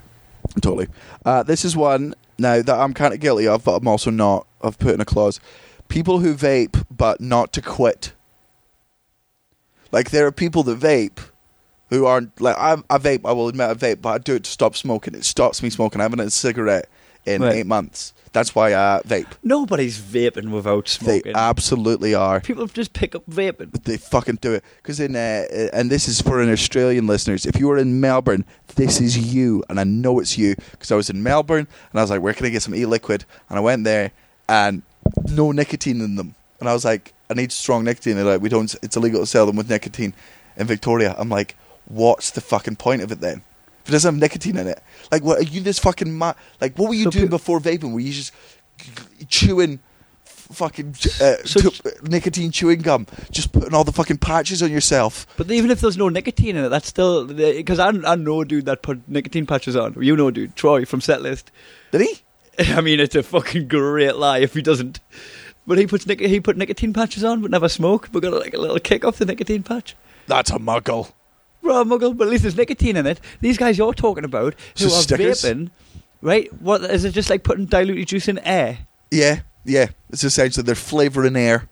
[SPEAKER 1] Totally. Uh, this is one now that I'm kind of guilty of, but I'm also not. I've put in a clause. People who vape, but not to quit. Like there are people that vape, who aren't like I, I vape. I will admit I vape, but I do it to stop smoking. It stops me smoking. I haven't had a cigarette in
[SPEAKER 2] Right.
[SPEAKER 1] eight months. That's why I vape.
[SPEAKER 2] Nobody's vaping without smoking.
[SPEAKER 1] They absolutely are.
[SPEAKER 2] People just pick up vaping.
[SPEAKER 1] they fucking do it because in uh, and this is for an Australian listeners. If you are in Melbourne, this is you, and I know it's you because I was in Melbourne and I was like, where can I get some e-liquid? And I went there and no nicotine in them, and I was like, I need strong nicotine. They're like, we don't. It's illegal to sell them with nicotine in Victoria. I'm like, what's the fucking point of it then? If it doesn't have nicotine in it, like, what are you this fucking ma- like? What were you
[SPEAKER 2] So
[SPEAKER 1] doing
[SPEAKER 2] pe-
[SPEAKER 1] before vaping? Were you just chewing? fucking uh,
[SPEAKER 2] So-
[SPEAKER 1] chew- nicotine chewing gum, just putting all the fucking patches on yourself.
[SPEAKER 2] But even if there's no nicotine in it, that's still because I, I know a dude that put nicotine patches on. You know, a dude Troy from Setlist.
[SPEAKER 1] Did he?
[SPEAKER 2] I mean, it's a fucking great lie if he doesn't. But he puts nic- he put nicotine patches on, but never smoke. But got like a little kick off the nicotine patch.
[SPEAKER 1] That's a muggle.
[SPEAKER 2] Raw muggle, but at least there's nicotine in it. These guys you're talking about who
[SPEAKER 1] Just
[SPEAKER 2] are
[SPEAKER 1] stickers?
[SPEAKER 2] vaping, right? What is it? Just like putting diluted juice in air.
[SPEAKER 1] Yeah, yeah. It's essentially they're flavouring air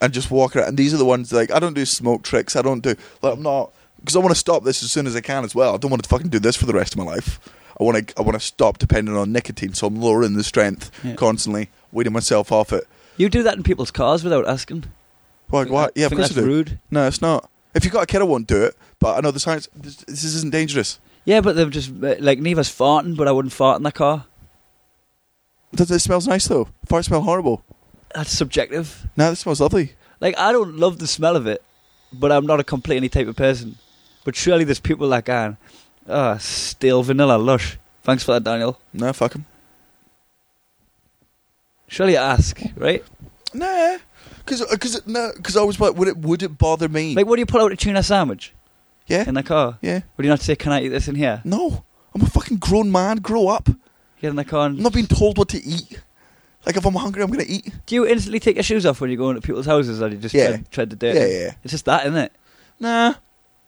[SPEAKER 1] and just walking around. And these are the ones like I don't do smoke tricks. I don't do like I'm not because I want to stop this as soon as I can as well. I don't want to fucking do this for the rest of my life. I want to I want to stop depending on nicotine, so I'm lowering the strength
[SPEAKER 2] Yeah.
[SPEAKER 1] constantly, weaning myself off it.
[SPEAKER 2] You do that in people's cars without asking.
[SPEAKER 1] Like what? Yeah, of
[SPEAKER 2] Think
[SPEAKER 1] course I
[SPEAKER 2] that's
[SPEAKER 1] do.
[SPEAKER 2] rude.
[SPEAKER 1] No, it's not. If you got a kid, I won't do it. But I know the science. This, this isn't dangerous.
[SPEAKER 2] Yeah, but they're just uh, like Neva's farting, but I wouldn't fart in the car.
[SPEAKER 1] Does it smells nice though? Farts smell horrible.
[SPEAKER 2] That's subjective.
[SPEAKER 1] No, this smells lovely.
[SPEAKER 2] Like I don't love the smell of it, but I'm not a completely type of person. But surely there's people that can. Ah, stale vanilla lush. Thanks for that, Daniel.
[SPEAKER 1] No, fuck him.
[SPEAKER 2] Surely I ask, right?
[SPEAKER 1] Nah, uh, because because no, because I was like, would it would it bother me?
[SPEAKER 2] Like, what do you pull out a tuna sandwich
[SPEAKER 1] yeah,
[SPEAKER 2] in the car?
[SPEAKER 1] yeah.
[SPEAKER 2] Would you not say, "Can I eat this in here?"
[SPEAKER 1] No, I'm a fucking grown man. Grow up. I'm
[SPEAKER 2] Get in the car. And
[SPEAKER 1] not being told what to eat. Like if I'm hungry, I'm gonna eat.
[SPEAKER 2] do you instantly take your shoes off when you go into people's houses, or do you just
[SPEAKER 1] Yeah.
[SPEAKER 2] tread, tread the dirt?
[SPEAKER 1] Yeah, yeah.
[SPEAKER 2] It's just that, isn't it?
[SPEAKER 1] Nah,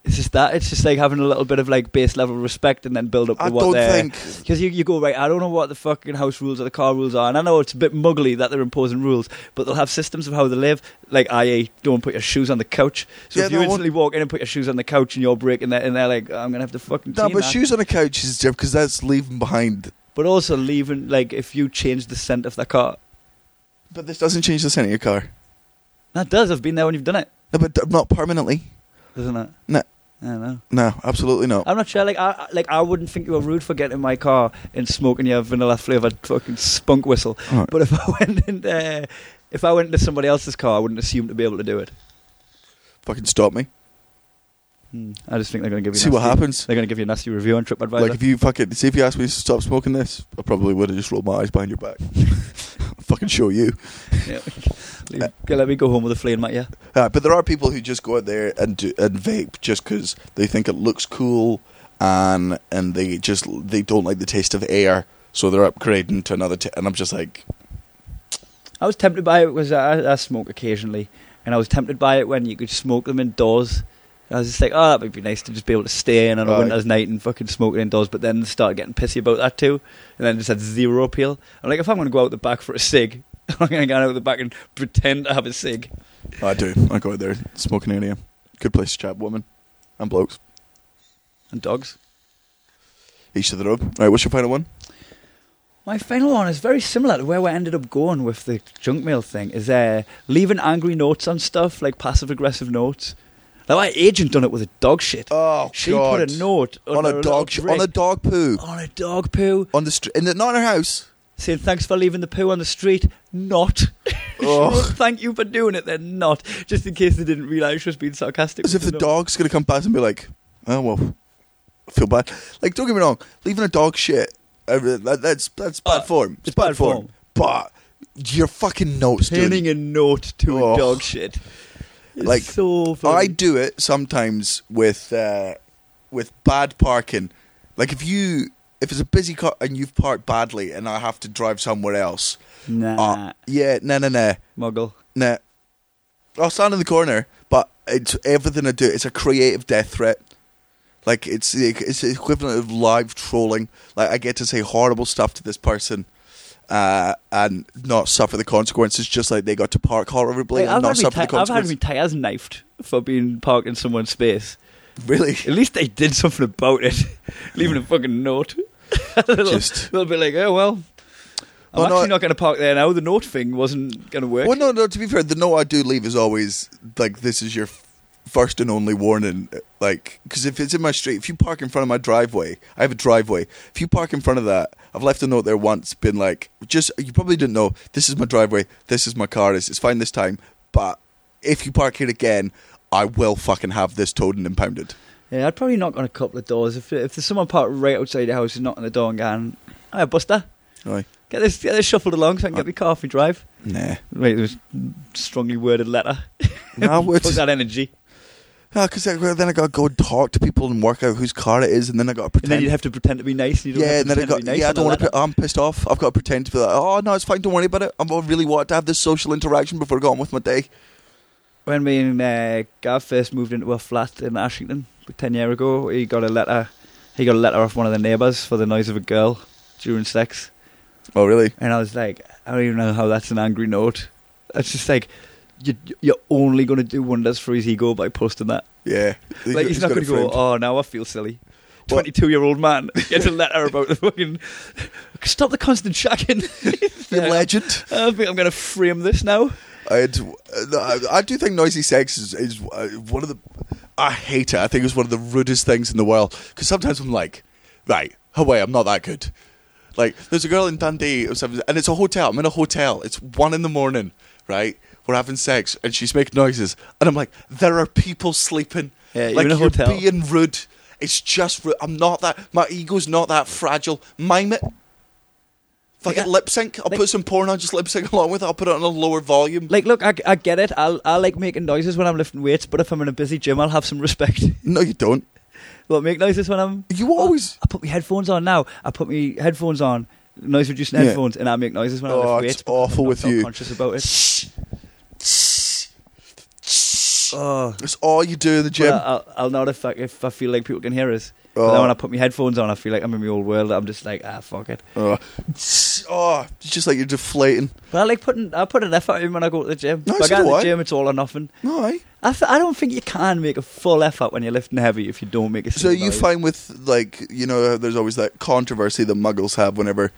[SPEAKER 2] it's just that it's just like having a little bit of like base level respect and then build up to
[SPEAKER 1] I
[SPEAKER 2] what
[SPEAKER 1] don't
[SPEAKER 2] they're
[SPEAKER 1] think.
[SPEAKER 2] because you, you go right. I don't know what the fucking house rules or the car rules are, and I know it's a bit muggly that they're imposing rules, but they'll have systems of how they live, like i.e., don't put your shoes on the couch. So
[SPEAKER 1] Yeah,
[SPEAKER 2] if you
[SPEAKER 1] no, I
[SPEAKER 2] instantly walk in and put your shoes on the couch and you're breaking that, and they're like, "Oh, I'm gonna have to fucking.
[SPEAKER 1] No,
[SPEAKER 2] clean
[SPEAKER 1] but
[SPEAKER 2] that."
[SPEAKER 1] shoes on a couch is different because that's leaving behind.
[SPEAKER 2] But also leaving like if you change the scent of the car,
[SPEAKER 1] But this doesn't change the scent of your car.
[SPEAKER 2] that does. I've been there when you've done it,
[SPEAKER 1] No, but d- not permanently.
[SPEAKER 2] doesn't it?
[SPEAKER 1] No.
[SPEAKER 2] I don't know.
[SPEAKER 1] No, absolutely not.
[SPEAKER 2] I'm not sure. Like, I like I wouldn't think you were rude for getting in my car and smoking your vanilla flavored fucking spunk whistle.
[SPEAKER 1] All right.
[SPEAKER 2] But if I went into if I went into somebody else's car, I wouldn't assume to be able to do it.
[SPEAKER 1] Fucking stop me.
[SPEAKER 2] Hmm. I just think they're going to give you
[SPEAKER 1] See what
[SPEAKER 2] nasty-
[SPEAKER 1] happens.
[SPEAKER 2] They're going to give you a nasty review on TripAdvisor.
[SPEAKER 1] Like if you fucking see if you asked me to stop smoking this, I probably would have just rolled my eyes behind your back. fucking show you.
[SPEAKER 2] Yeah. Leave- yeah, let me go home with a flame, mate. Yeah,
[SPEAKER 1] Uh, but there are people who just go out there and do, and vape just because they think it looks cool and and they just they don't like the taste of air, so they're upgrading to another. T- and I'm just like,
[SPEAKER 2] I was tempted by it because I, I smoke occasionally, and I was tempted by it when you could smoke them indoors. And I was just like, oh, that would be nice to just be able to stay in on a
[SPEAKER 1] Right.
[SPEAKER 2] winter's night and fucking smoke it indoors. But then started getting pissy about that too, and then just had zero appeal. I'm like, if I'm going to go out the back for a cig, I'm going to go out the back and pretend to have a cig.
[SPEAKER 1] I do. I go out there smoking area. Good place to chat, women and blokes.
[SPEAKER 2] And dogs.
[SPEAKER 1] Each to their own. Right, what's your final one?
[SPEAKER 2] My final one is very similar to where we ended up going with the junk mail thing. Is uh, leaving angry notes on stuff like passive aggressive notes. Like my agent done it with a dog shit.
[SPEAKER 1] Oh,
[SPEAKER 2] she put a note
[SPEAKER 1] on
[SPEAKER 2] under
[SPEAKER 1] a dog
[SPEAKER 2] little
[SPEAKER 1] on a
[SPEAKER 2] brick Oh.
[SPEAKER 1] dog poo
[SPEAKER 2] on a dog poo
[SPEAKER 1] on the street in the not in her house.
[SPEAKER 2] saying thanks for leaving the poo on the street. Not.
[SPEAKER 1] Ugh.
[SPEAKER 2] Thank you for doing it. Then not. Just in case they didn't realise she was being sarcastic.
[SPEAKER 1] As if
[SPEAKER 2] with
[SPEAKER 1] the
[SPEAKER 2] note.
[SPEAKER 1] dog's gonna come past and be like, "Oh well, I feel bad." Like, don't get me wrong, leaving a dog shit uh, that, that's that's bad
[SPEAKER 2] Uh,
[SPEAKER 1] form.
[SPEAKER 2] it's bad form.
[SPEAKER 1] But your fucking notes,
[SPEAKER 2] pinning
[SPEAKER 1] dude.
[SPEAKER 2] a note to a
[SPEAKER 1] Ugh.
[SPEAKER 2] dog shit. It's
[SPEAKER 1] Oh. Like,
[SPEAKER 2] so funny.
[SPEAKER 1] I do it sometimes with uh, with bad parking. Like if you if it's a busy car and you've parked badly and I have to drive somewhere else.
[SPEAKER 2] nah
[SPEAKER 1] Uh, yeah, no, no, no.
[SPEAKER 2] muggle.
[SPEAKER 1] Nah. I'll stand in the corner, but it's everything I do. It's a creative death threat. Like it's the- it's the equivalent of live trolling. Like I get to say horrible stuff to this person, uh, and not suffer the consequences. Just like they got to park horribly
[SPEAKER 2] Like,
[SPEAKER 1] and
[SPEAKER 2] I've,
[SPEAKER 1] not
[SPEAKER 2] had
[SPEAKER 1] suffer
[SPEAKER 2] my
[SPEAKER 1] the
[SPEAKER 2] ti- I've had my
[SPEAKER 1] consequences.
[SPEAKER 2] tires knifed for being parked in someone's space.
[SPEAKER 1] Really,
[SPEAKER 2] At least they did something about it, leaving a fucking note. a little,
[SPEAKER 1] Hmm. Just-
[SPEAKER 2] little bit like, oh well, I'm
[SPEAKER 1] Well, no,
[SPEAKER 2] actually
[SPEAKER 1] I-
[SPEAKER 2] not going to park there now. The note thing wasn't going to work.
[SPEAKER 1] Well, no, no. To be fair, the note I do leave is always like this is your f- first and only warning. Like, because if it's in my street, if you park in front of my driveway, I have a driveway. If you park in front of that, I've left a note there once, been like, just you probably didn't know. This is my driveway. This is my car. It's, it's fine this time, but if you park here again, I will fucking have this towed and impounded.
[SPEAKER 2] Yeah, I'd probably knock on a couple of doors if if there's someone parked right outside the house and knocking the door and going, "Hi, Buster,
[SPEAKER 1] Aye.
[SPEAKER 2] get this get this shuffled along so I can
[SPEAKER 1] Uh,
[SPEAKER 2] get my car off my drive."
[SPEAKER 1] Nah,
[SPEAKER 2] Wait, it was strongly worded letter.
[SPEAKER 1] no,
[SPEAKER 2] Put
[SPEAKER 1] it's
[SPEAKER 2] that energy,
[SPEAKER 1] because then I gotta go and talk to people and work out whose car it is, and then I gotta
[SPEAKER 2] and
[SPEAKER 1] pretend.
[SPEAKER 2] then you'd have to pretend to be nice, and you don't
[SPEAKER 1] Yeah,
[SPEAKER 2] have
[SPEAKER 1] and
[SPEAKER 2] to
[SPEAKER 1] then I
[SPEAKER 2] pretend
[SPEAKER 1] got
[SPEAKER 2] to be nice
[SPEAKER 1] yeah. I
[SPEAKER 2] on
[SPEAKER 1] don't
[SPEAKER 2] a
[SPEAKER 1] want to.
[SPEAKER 2] letter.
[SPEAKER 1] Pre- I'm pissed off. I've got to pretend to be like, oh no, it's fine. Don't worry about it. I'm- I really want to have this social interaction before I go on with my day.
[SPEAKER 2] when me and uh, Gav first moved into a flat in Ashington about ten years ago, he got a letter. He got a letter off one of the neighbours for the noise of a girl during sex,
[SPEAKER 1] Oh really?
[SPEAKER 2] and I was like, I don't even know how that's an angry note. It's just like you, you're only going to do wonders for his ego by posting that.
[SPEAKER 1] Yeah.
[SPEAKER 2] Like he's, not
[SPEAKER 1] got
[SPEAKER 2] going
[SPEAKER 1] a
[SPEAKER 2] to go.
[SPEAKER 1] friend.
[SPEAKER 2] Oh, now I feel silly.
[SPEAKER 1] Well-
[SPEAKER 2] Twenty-two-year-old man gets a letter about the fucking stop the constant shagging.
[SPEAKER 1] The legend.
[SPEAKER 2] I think I'm going to frame this now.
[SPEAKER 1] I, had, uh, I I do think noisy sex is, is uh, one of the. I hate it. I think it's one of the rudest things in the world. Because sometimes I'm like, right, away, I'm not that good. Like, there's a girl in Dundee or something, and it's a hotel. I'm in a hotel. It's one in the morning, right? We're having sex, and she's making noises, and I'm like, there are people sleeping.
[SPEAKER 2] Yeah, you're
[SPEAKER 1] like
[SPEAKER 2] in a hotel.
[SPEAKER 1] being rude. It's just rude. I'm not that. My ego's not that fragile. Mime it. Fucking
[SPEAKER 2] Like, I-
[SPEAKER 1] lip sync. I'll
[SPEAKER 2] like-
[SPEAKER 1] put some porn on, just lip sync along with it. I'll put it on a lower volume.
[SPEAKER 2] Like, look, I, I get it. I, I like making noises when I'm lifting weights, but if I'm in a busy gym, I'll have some respect.
[SPEAKER 1] No, you don't.
[SPEAKER 2] Well, make noises when I'm.
[SPEAKER 1] You always.
[SPEAKER 2] I put my headphones on now. I put my headphones on, noise reducing
[SPEAKER 1] Yeah.
[SPEAKER 2] headphones, and I make noises when I
[SPEAKER 1] Oh,
[SPEAKER 2] lift
[SPEAKER 1] it's
[SPEAKER 2] weights. because
[SPEAKER 1] awful
[SPEAKER 2] I'm not
[SPEAKER 1] with
[SPEAKER 2] self
[SPEAKER 1] you.
[SPEAKER 2] Conscious about it.
[SPEAKER 1] bitch.
[SPEAKER 2] Oh.
[SPEAKER 1] That's all you do in the gym.
[SPEAKER 2] Well, I'll, I'll know if I, if I feel like people can hear us. But
[SPEAKER 1] Oh.
[SPEAKER 2] then when I put my headphones on, I feel like I'm in my old world. I'm just like, ah, fuck it.
[SPEAKER 1] oh. oh, it's just like you're deflating.
[SPEAKER 2] But I like putting, I put an effort in when I go to the gym.
[SPEAKER 1] No,
[SPEAKER 2] if I
[SPEAKER 1] so
[SPEAKER 2] go to
[SPEAKER 1] do
[SPEAKER 2] the
[SPEAKER 1] I.
[SPEAKER 2] gym, it's all or nothing.
[SPEAKER 1] No, eh?
[SPEAKER 2] I, f- I don't think you can make a full effort when you're lifting heavy if you don't make a.
[SPEAKER 1] So
[SPEAKER 2] single
[SPEAKER 1] you
[SPEAKER 2] noise.
[SPEAKER 1] find with like you know, there's always that controversy the Muggles have whenever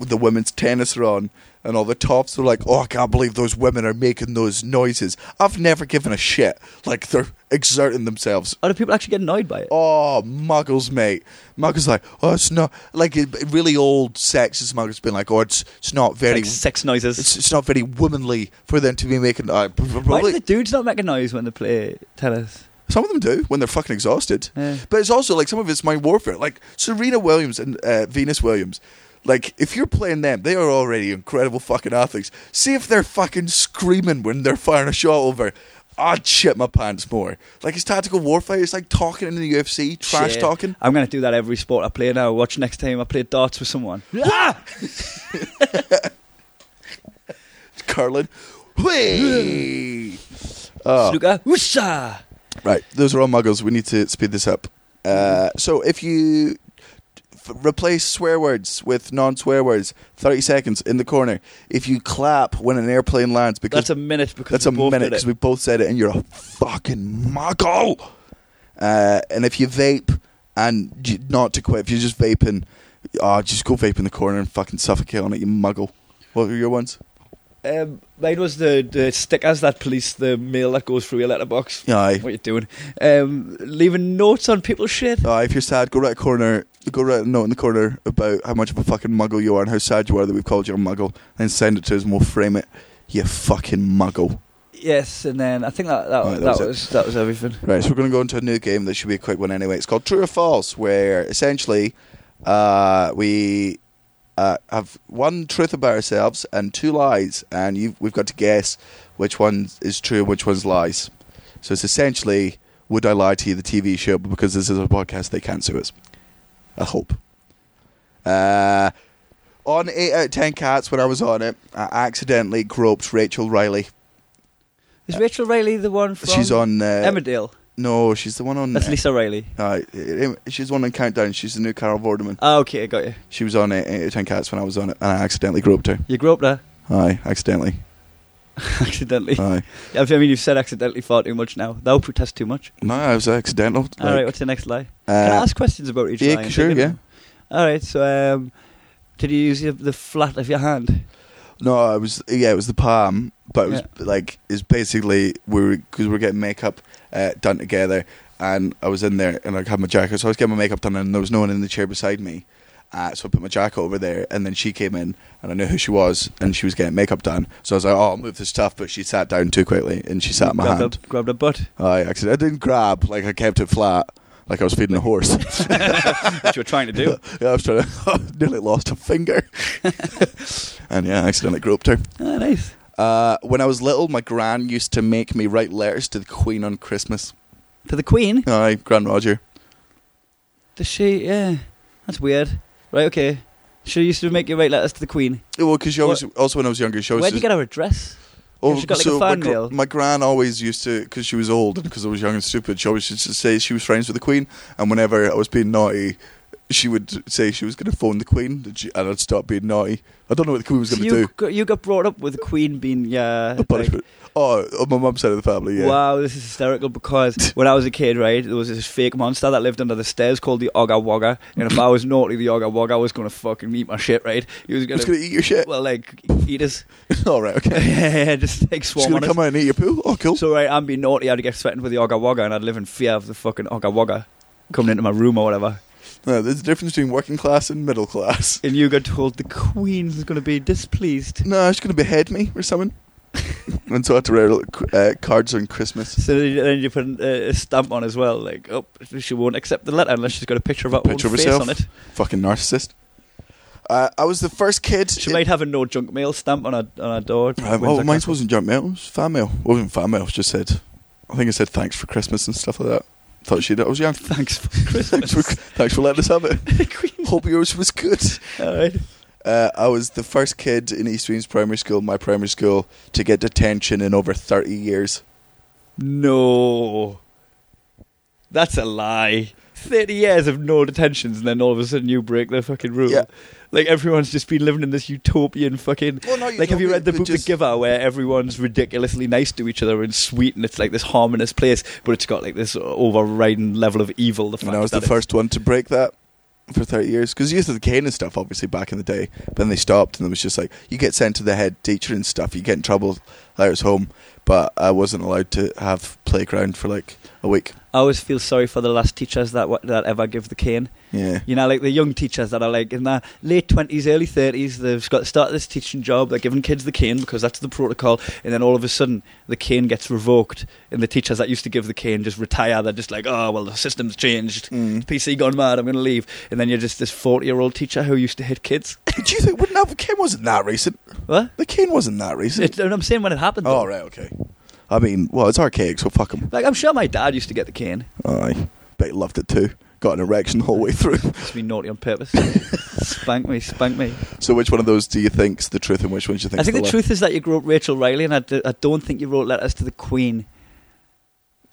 [SPEAKER 1] the women's tennis are on, and all the tops are like, "Oh, I can't believe those women are making those noises." I've never given a shit. Like they're exerting themselves.
[SPEAKER 2] Or do people actually get annoyed by it?
[SPEAKER 1] Oh, Muggles, mate. Muggles like, oh, it's not like it, it really old sexist Muggles been like, oh, it's it's not very,
[SPEAKER 2] like sex noises.
[SPEAKER 1] it's, it's not very womanly for them to be making. Uh, p- p-
[SPEAKER 2] Why do
[SPEAKER 1] probably
[SPEAKER 2] the dudes not make a noise when they play tennis?
[SPEAKER 1] some of them do when they're fucking exhausted.
[SPEAKER 2] Yeah.
[SPEAKER 1] But it's also like some of it's mind warfare. Like Serena Williams and uh, Venus Williams. Like if you're playing them, they are already incredible fucking athletes. See if they're fucking screaming when they're firing a shot over. I'd shit my pants more. Like it's tactical warfare. It's like talking in the UFC, trash
[SPEAKER 2] Shit.
[SPEAKER 1] talking.
[SPEAKER 2] I'm going to do that every sport I play now. Watch next time I play darts with someone. Ah!
[SPEAKER 1] curling. Whee! Oh,
[SPEAKER 2] Snooker. Whoosha!
[SPEAKER 1] right, those are all muggles. We need to speed this up. Uh, so if you f- replace swear words with non swear words, 30 seconds in the corner. If you clap when an airplane lands, because
[SPEAKER 2] That's a minute because
[SPEAKER 1] that's
[SPEAKER 2] we
[SPEAKER 1] a
[SPEAKER 2] both
[SPEAKER 1] minute
[SPEAKER 2] did it.
[SPEAKER 1] because we both said it, and you're a fucking muggle. Uh, and if you vape and j- not to quit, if you're just vaping, oh, just go vape in the corner and fucking suffocate on it, you muggle. What were your ones?
[SPEAKER 2] Um, mine was the, the stickers that police the mail that goes through your letterbox.
[SPEAKER 1] Aye.
[SPEAKER 2] What you doing? Um, leaving notes on people's shit.
[SPEAKER 1] Uh, if you're sad, go write a corner. Go write a note in the corner about how much of a fucking muggle you are and how sad you are that we've called you a muggle, and send it to us and we'll frame it. You fucking muggle.
[SPEAKER 2] Yes, and then I think that that,
[SPEAKER 1] Right, that
[SPEAKER 2] that,
[SPEAKER 1] was it.
[SPEAKER 2] was, that was everything.
[SPEAKER 1] Right, so we're going to go into a new game that should be a quick one anyway. It's called True or False, where essentially uh, we uh, have one truth about ourselves and two lies, and you we've got to guess which one is true and which one's lies. So it's essentially Would I Lie to You, the TV show, but because this is a podcast, they can't sue us. I hope. Uh, on 8 out of 10 Cats, when I was on it, I accidentally groped Rachel Riley.
[SPEAKER 2] Is Rachel Riley the one from?
[SPEAKER 1] She's on. Uh, mm.
[SPEAKER 2] Emmerdale.
[SPEAKER 1] No, she's the one on.
[SPEAKER 2] That's Lisa Riley.
[SPEAKER 1] Uh, she's on in Countdown. She's the new Carol Vorderman.
[SPEAKER 2] Ah, okay, I got you.
[SPEAKER 1] She was on it, 8 out of 10 Cats when I was on it, and I accidentally groped her.
[SPEAKER 2] You grew up there
[SPEAKER 1] Aye, accidentally.
[SPEAKER 2] accidentally.
[SPEAKER 1] Aye.
[SPEAKER 2] I mean, you've said accidentally far too much now. That'll protest too much.
[SPEAKER 1] No, it was accidental.
[SPEAKER 2] All right,
[SPEAKER 1] Like,
[SPEAKER 2] what's the next lie? Can I
[SPEAKER 1] uh,
[SPEAKER 2] ask questions about each
[SPEAKER 1] yeah,
[SPEAKER 2] lie? and
[SPEAKER 1] sure,
[SPEAKER 2] think of
[SPEAKER 1] yeah.
[SPEAKER 2] them? All right, so um, did you use your, the flat of your hand?
[SPEAKER 1] no, it was, yeah, it was the palm, but it was like, it's basically, we were, because we were getting makeup uh, done together, and I was in there, and I had my jacket, so I was getting my makeup done, and there was no one in the chair beside me. Uh, so I put my jacket over there, and then she came in, and I knew who she was, and she was getting makeup done. So I was like, "Oh, I'll move this stuff," but she sat down too quickly, and she sat in my
[SPEAKER 2] grabbed
[SPEAKER 1] hand.
[SPEAKER 2] A, grabbed a butt.
[SPEAKER 1] I accident. I didn't grab. Like I kept it flat. Like I was feeding a horse.
[SPEAKER 2] What you were trying to do.
[SPEAKER 1] yeah, I was trying to. nearly lost a finger. and yeah, I accidentally groped her.
[SPEAKER 2] Ah, nice.
[SPEAKER 1] Uh, when I was little, my gran used to make me write letters to the Queen on Christmas.
[SPEAKER 2] To the Queen?
[SPEAKER 1] Aye, Gran Roger.
[SPEAKER 2] Does she? Yeah. That's weird. Right, okay. She used to make you write letters to the Queen.
[SPEAKER 1] Well, because always also when I was younger, she always
[SPEAKER 2] Where'd you
[SPEAKER 1] just-
[SPEAKER 2] get her address?
[SPEAKER 1] Oh,
[SPEAKER 2] she got, like, a
[SPEAKER 1] my,
[SPEAKER 2] fan
[SPEAKER 1] gr-
[SPEAKER 2] mail?
[SPEAKER 1] my gran always used to, because she was old and because I was young and stupid, she always used to say she was friends with the Queen. And whenever I was being naughty, she would say she was going to phone the Queen and she- and I'd stop being naughty. I don't know what the Queen was
[SPEAKER 2] So
[SPEAKER 1] going to
[SPEAKER 2] you
[SPEAKER 1] do.
[SPEAKER 2] got, you got brought up with the Queen being yeah.
[SPEAKER 1] The punishment. oh, on my mum's side of the family, yeah.
[SPEAKER 2] Wow, this is hysterical because when I was a kid, right, there was this fake monster that lived under the stairs called the Ogga Wogga. And if I was naughty, the Ogga Wogga was going to fucking eat my shit, right? He was going
[SPEAKER 1] It's going
[SPEAKER 2] to,
[SPEAKER 1] to eat your shit.
[SPEAKER 2] well, like, eat us.
[SPEAKER 1] All right, okay.
[SPEAKER 2] yeah, just like
[SPEAKER 1] She's
[SPEAKER 2] swarm
[SPEAKER 1] going
[SPEAKER 2] on
[SPEAKER 1] to
[SPEAKER 2] us.
[SPEAKER 1] come out and eat your poo. Oh, cool.
[SPEAKER 2] So, right, I'm being naughty, I'd get threatened with the Ogga Wogga and I'd live in fear of the fucking Ogga Wogga coming into my room or whatever.
[SPEAKER 1] no, there's a difference between working class and middle class.
[SPEAKER 2] And you got told the Queen's going to be displeased.
[SPEAKER 1] No, she's going to behead me or something. and so I had to write uh, cards on Christmas.
[SPEAKER 2] So then you- then you put uh, a stamp on as well, like, oh, she won't accept the letter unless she's got a picture of her
[SPEAKER 1] Picture
[SPEAKER 2] own
[SPEAKER 1] of
[SPEAKER 2] face
[SPEAKER 1] herself.
[SPEAKER 2] on it.
[SPEAKER 1] Fucking narcissist. Uh, I was the first kid.
[SPEAKER 2] She
[SPEAKER 1] in-
[SPEAKER 2] might have a no junk mail stamp on her on her door.
[SPEAKER 1] Right, well, mine wasn't junk mail. It was fan mail. It wasn't fan mail. It just said, I think it said thanks for Christmas and stuff like that. Thought she'd. I was young.
[SPEAKER 2] Thanks for
[SPEAKER 1] Thanks
[SPEAKER 2] Christmas.
[SPEAKER 1] for, thanks for letting us have it.
[SPEAKER 2] Queen.
[SPEAKER 1] Hope yours was good.
[SPEAKER 2] All right.
[SPEAKER 1] Uh, I was the first kid in East Weems Primary School, my primary school, to get detention in over thirty years.
[SPEAKER 2] No. That's a lie. 30 years of no detentions, and then all of a sudden you break the fucking rule.
[SPEAKER 1] Yeah.
[SPEAKER 2] Like, everyone's just been living in this utopian fucking.
[SPEAKER 1] Well, not
[SPEAKER 2] like, have you
[SPEAKER 1] utopian,
[SPEAKER 2] read the
[SPEAKER 1] but
[SPEAKER 2] book
[SPEAKER 1] just-
[SPEAKER 2] The Giver, where everyone's ridiculously nice to each other and sweet, and it's like this harmonious place, but it's got like this overriding level of evil. The fact
[SPEAKER 1] and I was the
[SPEAKER 2] that it-
[SPEAKER 1] first one to break that for 30 years because you used to the cane and stuff obviously back in the day but then they stopped and it was just like you get sent to the head teacher and stuff you get in trouble I was home but I wasn't allowed to have playground for like a week
[SPEAKER 2] I always feel sorry for the last teachers that wa- that ever give the cane.
[SPEAKER 1] yeah
[SPEAKER 2] You know, like the young teachers that are like in their late twenties, early thirties, they've got started this teaching job. They're giving kids the cane because that's the protocol, and then all of a sudden the cane gets revoked, and the teachers that used to give the cane just retire. They're just like, oh well, the system's changed.
[SPEAKER 1] Mm.
[SPEAKER 2] PC gone mad. I'm going to leave, and then you're just this forty-year-old teacher who used to hit kids.
[SPEAKER 1] do you think wouldn't have the cane wasn't that recent
[SPEAKER 2] what?
[SPEAKER 1] the cane wasn't that recent
[SPEAKER 2] It, and I'm saying when it happened.
[SPEAKER 1] oh
[SPEAKER 2] though.
[SPEAKER 1] right okay I mean well it's archaic so fuck him
[SPEAKER 2] Like I'm sure my dad used to get the cane.
[SPEAKER 1] I bet he loved it too got an erection the whole way through
[SPEAKER 2] Just be naughty on purpose. spank me, spank me.
[SPEAKER 1] so which one of those do you think's the truth and which one do you think
[SPEAKER 2] I think the
[SPEAKER 1] lie?
[SPEAKER 2] truth is that you wrote Rachel Riley, and I, do, I don't think you wrote letters to the Queen.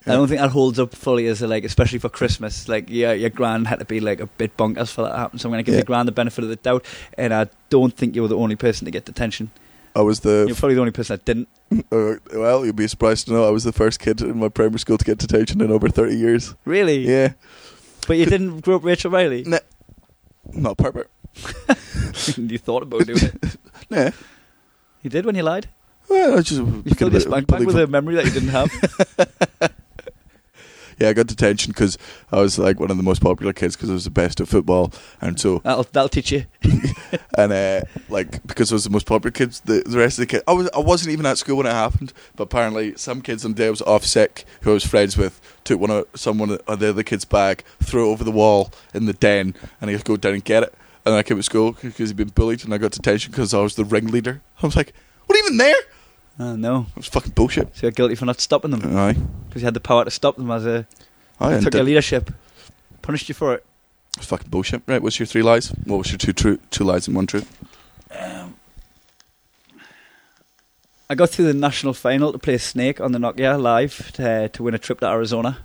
[SPEAKER 2] I don't think that holds up fully as a, like, especially for Christmas. Like, yeah, your gran had to be like a bit bonkers for that to happen. So I'm going to give
[SPEAKER 1] Yeah.
[SPEAKER 2] your gran the benefit of the doubt, and I don't think you were the only person to get detention.
[SPEAKER 1] I was the
[SPEAKER 2] You're probably the only person that didn't.
[SPEAKER 1] Uh, well, you'll be surprised to know I was the first kid in my primary school to get detention in over 30 years.
[SPEAKER 2] Really?
[SPEAKER 1] Yeah.
[SPEAKER 2] But you didn't grow up Rachel Riley.
[SPEAKER 1] No. Not perfect.
[SPEAKER 2] you thought about doing it.
[SPEAKER 1] Yeah.
[SPEAKER 2] You did when you lied.
[SPEAKER 1] Well, I just
[SPEAKER 2] You filled your
[SPEAKER 1] couldn't
[SPEAKER 2] spank bank
[SPEAKER 1] believe
[SPEAKER 2] with
[SPEAKER 1] it.
[SPEAKER 2] a memory that you didn't have.
[SPEAKER 1] Yeah, I got detention because I was like one of the most popular kids because I was the best at football, and so
[SPEAKER 2] that'll, that'll teach you.
[SPEAKER 1] and uh, like because I was the most popular kid, the, the rest of the kids I was I wasn't even at school when it happened, but apparently some kids on the day I was off sick who I was friends with took one of someone of the other kid's bag, threw it over the wall in the den, and he had to go down and get it. And I came to school because he'd been bullied, and I got detention because I was the ringleader. I was like, "What even there?" It
[SPEAKER 2] Oh no!
[SPEAKER 1] was fucking bullshit.
[SPEAKER 2] So you're guilty for not stopping them
[SPEAKER 1] Aye,
[SPEAKER 2] because you had the power to stop them as a
[SPEAKER 1] aye,
[SPEAKER 2] They
[SPEAKER 1] and
[SPEAKER 2] took your
[SPEAKER 1] it
[SPEAKER 2] leadership, punished you for it.
[SPEAKER 1] was fucking bullshit. Right, what's your three lies? What was your two true, two lies and one truth?
[SPEAKER 2] I got through the national final to play Snake on the Nokia live to, to win a trip to Arizona.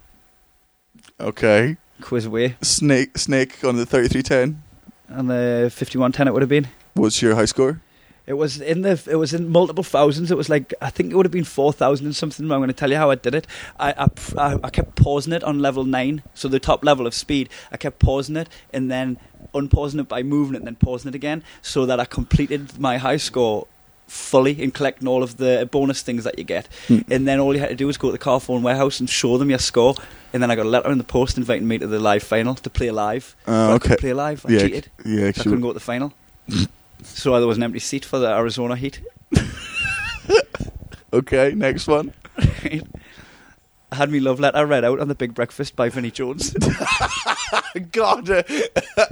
[SPEAKER 1] Okay,
[SPEAKER 2] Quiz away
[SPEAKER 1] snake, snake on the thirty-three ten.
[SPEAKER 2] on the fifty-one ten. It would have been.
[SPEAKER 1] What's your high score?
[SPEAKER 2] It was in the. It was in multiple thousands. It was like I think it would have been four thousand and something. but I'm going to tell you how I did it. I, I pr- I I kept pausing it on level nine, so the top level of speed. I kept pausing it and then unpausing it by moving it and then pausing it again, so that I completed my high score fully and collecting all of the bonus things that you get.
[SPEAKER 1] Hmm.
[SPEAKER 2] And then all you had to do was go to the car phone warehouse and show them your score. And then I got a letter in the post inviting me to the live final to play live.
[SPEAKER 1] Uh,
[SPEAKER 2] I
[SPEAKER 1] okay.
[SPEAKER 2] couldn't play live. I
[SPEAKER 1] yeah,
[SPEAKER 2] cheated.
[SPEAKER 1] yeah.
[SPEAKER 2] I
[SPEAKER 1] sure.
[SPEAKER 2] couldn't go to the final. so there was an empty seat for the Arizona Heat.
[SPEAKER 1] Okay, next one.
[SPEAKER 2] I had me love letter read out on the Big Breakfast by Vinnie Jones.
[SPEAKER 1] God. uh,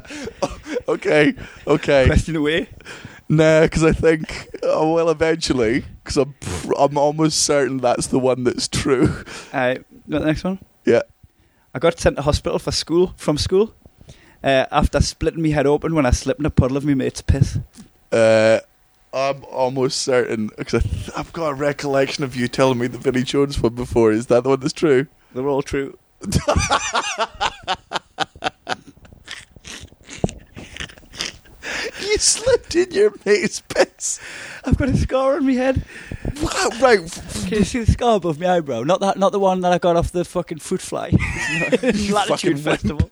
[SPEAKER 1] okay, okay.
[SPEAKER 2] Question away.
[SPEAKER 1] Nah, because I think I will eventually. Because I'm, pr- I'm almost certain that's the one that's true.
[SPEAKER 2] Uh, the next one.
[SPEAKER 1] Yeah.
[SPEAKER 2] I got sent to hospital for school from school uh, after splitting me head open when I slipped in a puddle of my mate's piss.
[SPEAKER 1] Uh, I'm almost certain because th- I've got a recollection of you telling me the Vinnie Jones one before. Is that the one that's true?
[SPEAKER 2] They're all true.
[SPEAKER 1] You slipped in your mate's piss.
[SPEAKER 2] I've got a scar on my head.
[SPEAKER 1] Wow, right. f-
[SPEAKER 2] Can you see the scar above my eyebrow? Not that, not the one that I got off the fucking fruit fly.
[SPEAKER 1] fucking
[SPEAKER 2] Latitude
[SPEAKER 1] wimp.
[SPEAKER 2] Festival.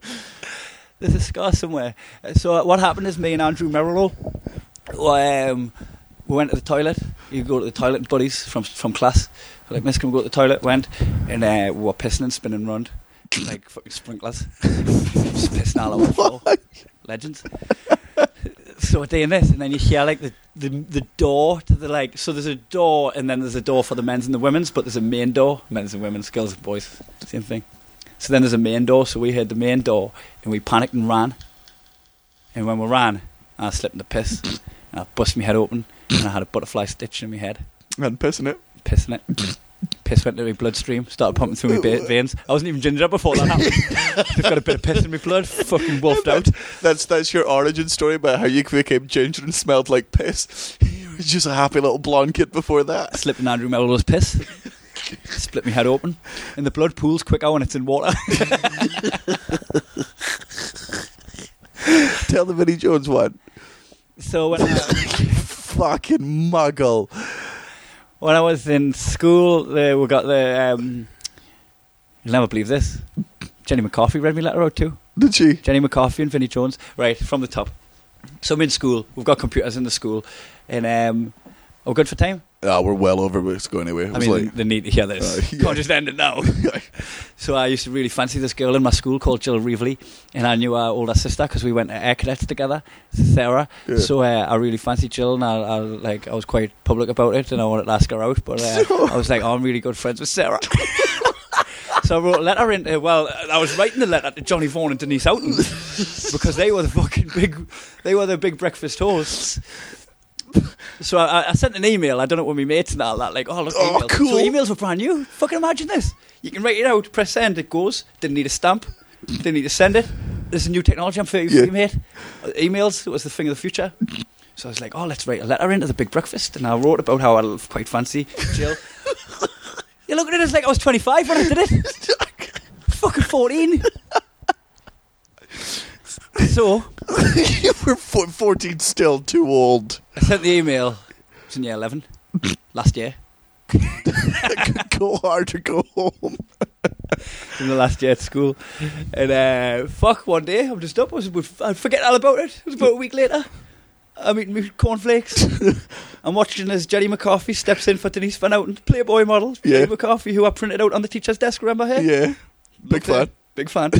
[SPEAKER 2] There's a scar somewhere. Uh, So uh, what happened is me and Andrew Merrill, um, we went to the toilet. You go to the toilet, with buddies from from class. We're like, Miss, can we go to the toilet? Went and uh, we were pissing and spinning round like fucking sprinklers, just pissing all over the floor. Legends. So we're doing this, and then you hear like the, the the door to the like. So there's a door, and then there's a door for the men's and the women's, but there's a main door, men's and women's, girls and boys, same thing. So then there's a main door, so we heard the main door, and we panicked and ran. And when we ran, I slipped in the piss, and I bust my head open, and I had a butterfly stitch in my head,
[SPEAKER 1] And pissing it.
[SPEAKER 2] pissing it. Piss went into my bloodstream, started pumping through my ba- veins. I wasn't even ginger before that happened. Just got a bit of piss in my blood, fucking wolfed out.
[SPEAKER 1] That's that's your origin story about how you became ginger and smelled like piss. You were just a happy little blonde kid before that.
[SPEAKER 2] Slipped in Andrew Melrose piss. Split me head open, and the blood pools quicker when it's in water.
[SPEAKER 1] Tell the Vinnie Jones one.
[SPEAKER 2] so when I,
[SPEAKER 1] Fucking muggle.
[SPEAKER 2] when I was in school, there we got the. Um, you'll never believe this. Jenny McCarthy read me letter out too.
[SPEAKER 1] Did she?
[SPEAKER 2] Jenny McCarthy and Vinnie Jones. Right, from the top. So I'm in school. We've got computers in the school. And um, are we good for time?
[SPEAKER 1] Ah, we're well over. but It's going anywhere. It
[SPEAKER 2] I
[SPEAKER 1] was
[SPEAKER 2] mean,
[SPEAKER 1] like,
[SPEAKER 2] they need to hear this.
[SPEAKER 1] Uh, yeah.
[SPEAKER 2] Can't just end it now. so I used to really fancy this girl in my school called Jill Reevely. And I knew our older sister because we went to air cadets together, Sarah.
[SPEAKER 1] Yeah.
[SPEAKER 2] So uh, I really fancied Jill and I, I, like, I was quite public about it and I wanted to ask her out. But uh, I was like, oh, I'm really good friends with Sarah. So I wrote a letter into well, I was writing the letter to Johnny Vaughan and Denise Houghton because they were the fucking big, they were the big breakfast hosts. So I, I sent an email. I done it with my mates and all that. Like, oh look,
[SPEAKER 1] Oh,
[SPEAKER 2] emails.
[SPEAKER 1] cool.
[SPEAKER 2] So emails were brand new. Fucking imagine this. You can write it out, press send, it goes. Didn't need a stamp. Didn't need to send it. This is new technology. I'm 33,
[SPEAKER 1] Yeah.
[SPEAKER 2] mate. Uh, Emails it was the thing of the future. So I was like, oh, let's write a letter into the big breakfast. And I wrote about how I quite fancy Jill. You're looking at us like I was 25 when I did it. Fucking 14. so,
[SPEAKER 1] we're fo- 14 still too old.
[SPEAKER 2] I sent the email. It was in year 11 last year.
[SPEAKER 1] go hard or go home.
[SPEAKER 2] In the last year at school. And uh, fuck, one day I'm just up. I, was, I forget all about it. It was about a week later. I'm eating my cornflakes. I'm watching as Jenny McCarthy steps in for Denise Van Outen, Playboy model.
[SPEAKER 1] Yeah.
[SPEAKER 2] Jenny McCarthy, who I printed out on the teacher's desk, remember her?
[SPEAKER 1] Yeah. Big
[SPEAKER 2] Okay.
[SPEAKER 1] fan.
[SPEAKER 2] Big fan.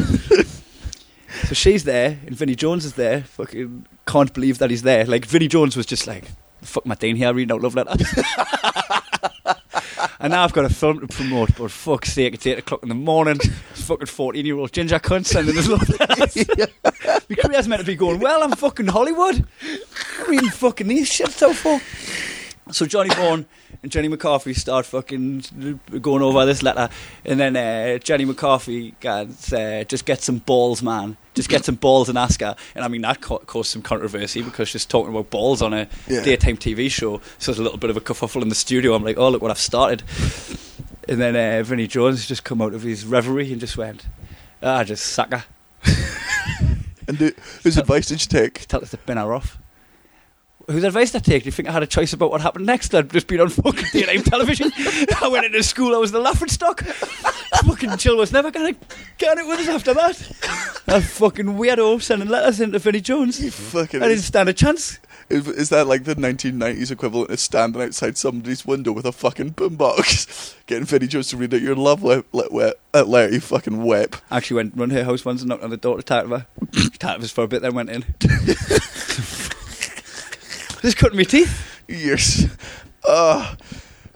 [SPEAKER 2] so she's there, and Vinnie Jones is there. Fucking can't believe that he's there. Like Vinnie Jones was just like, "Fuck my Dean here, reading out love letters." and now I've got a film to promote. But fuck's sake, it's eight o'clock in the morning. Fucking fourteen-year-old ginger cunt sending his love letters. My career's meant to be going well. I'm fucking Hollywood. I'm reading fucking these shit so far. So Johnny Vaughan and Jenny McCarthy start fucking going over this letter, and then uh, Jenny McCarthy gets, uh, just get some balls, man. Just get some balls and ask her. And I mean that ca- caused some controversy because she's talking about balls on a
[SPEAKER 1] Yeah.
[SPEAKER 2] daytime TV show. So there's a little bit of a kerfuffle in the studio. I'm like, oh look what I've started. And then uh, Vinnie Jones just come out of his reverie and just went, ah, just sack her.
[SPEAKER 1] And do, whose advice did you take?
[SPEAKER 2] Tell us to bin her off. Whose advice did I take? Do you think I had a choice about what happened next? I'd just been on fucking daytime television. I went into school, I was the laughing stock. fucking Jill was never going to get it with us after that. a fucking weirdo sending letters into Vinnie
[SPEAKER 1] Mm-hmm.
[SPEAKER 2] Jones. I
[SPEAKER 1] Fucking
[SPEAKER 2] didn't stand a chance.
[SPEAKER 1] is, is that like the 1990s equivalent of standing outside somebody's window with a fucking boombox, getting Vinnie Jones to read out your love letter, le- le- uh, letter, you fucking whip.
[SPEAKER 2] I actually went run her house once and knocked on the door to tat her. tat us for a bit, then went in. Just cutting my teeth.
[SPEAKER 1] Yes. Uh,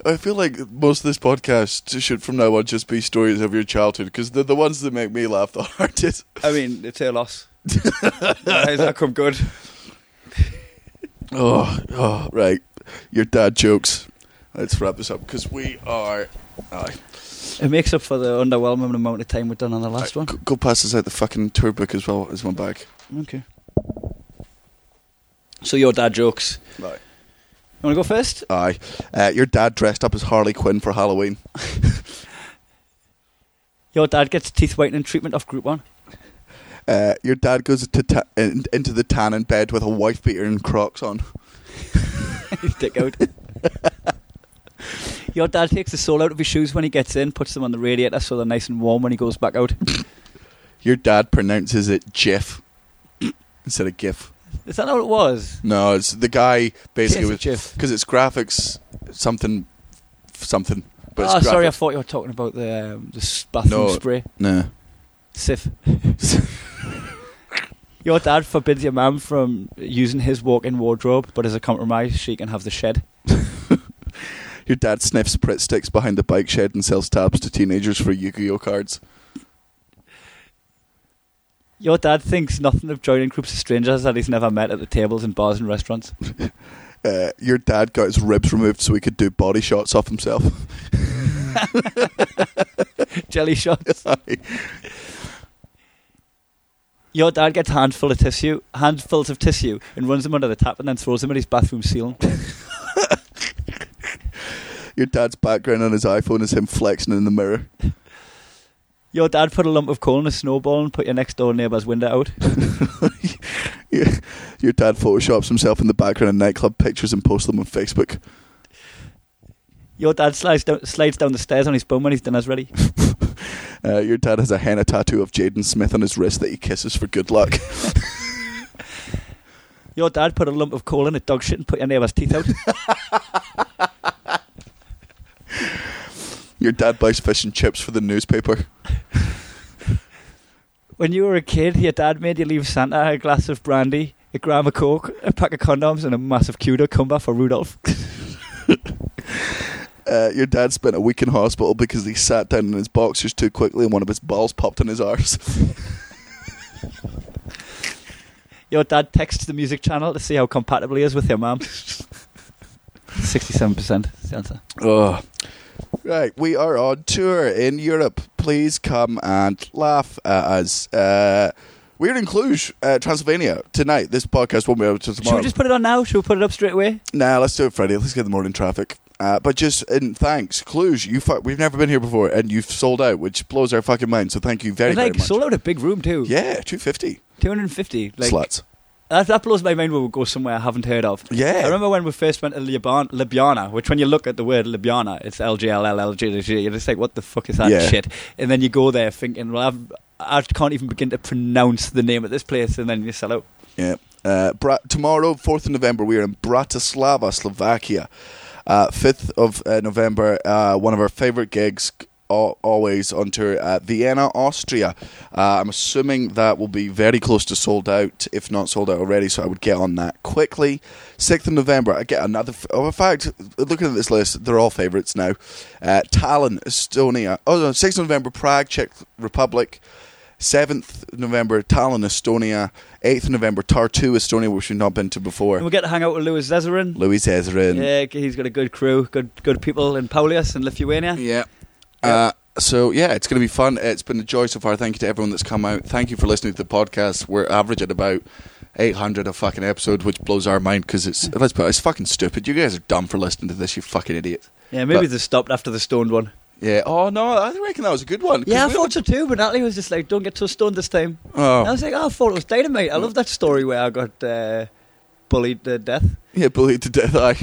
[SPEAKER 1] I feel like most of this podcast should from now on just be stories of your childhood because they're the ones that make me laugh the hardest.
[SPEAKER 2] I mean, it's her loss. How's that come good?
[SPEAKER 1] Oh, oh, right. Your dad jokes. Let's wrap this up because we are. aye.
[SPEAKER 2] It makes up for the underwhelming amount of time we've done on the last
[SPEAKER 1] Aye,
[SPEAKER 2] one.
[SPEAKER 1] Go, go pass us out the fucking tour book as well as my bag.
[SPEAKER 2] Okay. So your dad jokes.
[SPEAKER 1] Right.
[SPEAKER 2] You want to go first?
[SPEAKER 1] Aye. Uh, your dad dressed up as Harley Quinn for Halloween.
[SPEAKER 2] Your dad gets teeth whitening treatment off Group One.
[SPEAKER 1] Uh, your dad goes to ta- in, into the tan in bed with a wife beater and Crocs on.
[SPEAKER 2] His dick out. Your dad takes the sole out of his shoes when he gets in, puts them on the radiator so they're nice and warm when he goes back out.
[SPEAKER 1] Your dad pronounces it Jif instead of GIF.
[SPEAKER 2] Is that how it was?
[SPEAKER 1] No, it's the guy basically
[SPEAKER 2] Yes,
[SPEAKER 1] with
[SPEAKER 2] Jif.
[SPEAKER 1] because it's graphics something something. But
[SPEAKER 2] Oh,
[SPEAKER 1] it's
[SPEAKER 2] sorry, I
[SPEAKER 1] graphic-
[SPEAKER 2] thought you were talking about the um, the s- bathroom
[SPEAKER 1] No.
[SPEAKER 2] spray
[SPEAKER 1] no.
[SPEAKER 2] sif. Your dad forbids your mum from using his walk-in wardrobe, but as a compromise, she can have the shed.
[SPEAKER 1] Your dad sniffs Prit sticks behind the bike shed and sells tabs to teenagers for Yu-Gi-Oh cards.
[SPEAKER 2] Your dad thinks nothing of joining groups of strangers that he's never met at the tables in bars and restaurants.
[SPEAKER 1] Uh, your dad got his ribs removed so he could do body shots off himself.
[SPEAKER 2] Jelly shots. Your dad gets handful of tissue, handfuls of tissue, and runs them under the tap and then throws them at his bathroom ceiling.
[SPEAKER 1] Your dad's background on his iPhone is him flexing in the mirror.
[SPEAKER 2] Your dad put a lump of coal in a snowball and put your next door neighbour's window out.
[SPEAKER 1] Your your dad photoshops himself in the background of nightclub pictures and posts them on Facebook.
[SPEAKER 2] Your dad slides down, slides down the stairs on his bum when his dinner's ready.
[SPEAKER 1] Uh, your dad has a henna tattoo of Jaden Smith on his wrist that he kisses for good luck.
[SPEAKER 2] Your dad put a lump of coal in a dog shit and put your neighbour's teeth out.
[SPEAKER 1] Your dad buys fish and chips for the newspaper.
[SPEAKER 2] When you were a kid, your dad made you leave Santa a glass of brandy, a gram of coke, a pack of condoms, and a massive cucumber for Rudolph.
[SPEAKER 1] Uh, your dad spent a week in hospital because he sat down in his boxers too quickly and one of his balls popped in his arse.
[SPEAKER 2] Your dad texts the music channel to see how compatible he is with your mum. 67% is the answer.
[SPEAKER 1] Ugh. Right, we are on tour in Europe. Please come and laugh at us. Uh, we're in Cluj, uh, Transylvania tonight. This podcast won't be out till
[SPEAKER 2] Should
[SPEAKER 1] tomorrow.
[SPEAKER 2] we just put it on now? Should we put it up straight away?
[SPEAKER 1] Nah, let's do it Friday. Let's get the morning traffic. Uh, but just in thanks, Cluj, you fu- we've never been here before, and you've sold out, which blows our fucking mind. So thank you very,
[SPEAKER 2] And, like,
[SPEAKER 1] very much.
[SPEAKER 2] sold out a big room too.
[SPEAKER 1] yeah, two fifty
[SPEAKER 2] 250. Like,
[SPEAKER 1] sluts.
[SPEAKER 2] That, that blows my mind when we go somewhere I haven't heard of. I
[SPEAKER 1] Yeah,
[SPEAKER 2] remember when we first went to Liban- Ljubljana, which when you look at the word Ljubljana, it's L G L L L G L G. You're just like, what the fuck is that
[SPEAKER 1] Yeah.
[SPEAKER 2] shit? And then you go there thinking, well, I've, I can't even begin to pronounce the name of this place, and then you sell out.
[SPEAKER 1] yeah. Uh, Bra- tomorrow, fourth of November, we are in Bratislava, Slovakia. Fifth of uh, November, uh, one of our favorite gigs. al- Always on tour at Vienna, Austria. Uh, I'm assuming that will be very close to sold out, if not sold out already. So I would get on that quickly. 6th of November, I get another. F- oh, in fact, looking at this list, they're all favourites now. Uh, Tallinn, Estonia. Oh, no, 6th of November, Prague, Czech Republic. 7th November, Tallinn, Estonia. 8th November, Tartu, Estonia, which we've not been to
[SPEAKER 2] And
[SPEAKER 1] before.
[SPEAKER 2] we get to hang out with Louis Zezerin.
[SPEAKER 1] Louis Ezrin.
[SPEAKER 2] Yeah, he's got a good crew, good good people in Paulius and Lithuania.
[SPEAKER 1] Yeah. Uh, so yeah, it's going to be fun. It's been a joy so far. Thank you to everyone that's come out. Thank you for listening to the podcast. We're average at about 800 a fucking episode, which blows our mind because it's
[SPEAKER 2] Mm.
[SPEAKER 1] let's put it, it's fucking stupid. You guys are dumb for listening to this. You fucking idiots.
[SPEAKER 2] Yeah, maybe
[SPEAKER 1] But-
[SPEAKER 2] they stopped after the stoned one.
[SPEAKER 1] Yeah. Oh no, I reckon that was a good one. 'cause
[SPEAKER 2] Yeah, I
[SPEAKER 1] we
[SPEAKER 2] thought so too, but Natalie was just like, don't get so stoned this time.
[SPEAKER 1] all-
[SPEAKER 2] And I
[SPEAKER 1] oh
[SPEAKER 2] was like, oh, I thought it was dynamite. I love that story where I got uh, bullied to death.
[SPEAKER 1] yeah, bullied to death. I.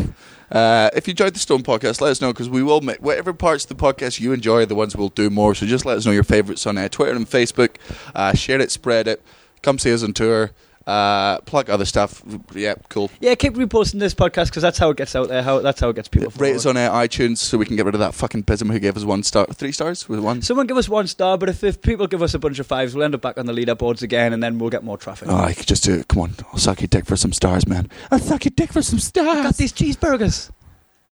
[SPEAKER 1] Uh, if you enjoyed the Stone podcast, let us know because we will make whatever parts of the podcast you enjoy are the ones we'll do more. So just let us know your favorites on uh, Twitter and Facebook. Uh, share it, spread it. Come see us on tour. Uh, plug other stuff. Yeah, cool.
[SPEAKER 2] Yeah, keep reposting this podcast because that's how it gets out there. How that's how it gets people.
[SPEAKER 1] Rate us
[SPEAKER 2] forward.
[SPEAKER 1] on uh, iTunes so we can get rid of that fucking pism who gave us one star, three stars with one.
[SPEAKER 2] Someone give us one star, but if, if people give us a bunch of fives, we'll end up back on the leaderboards again, and then we'll get more traffic.
[SPEAKER 1] Oh, I could just do it. Come on, I'll suck your dick for some stars, man. I'll suck your dick for some
[SPEAKER 2] I
[SPEAKER 1] stars.
[SPEAKER 2] got these cheeseburgers.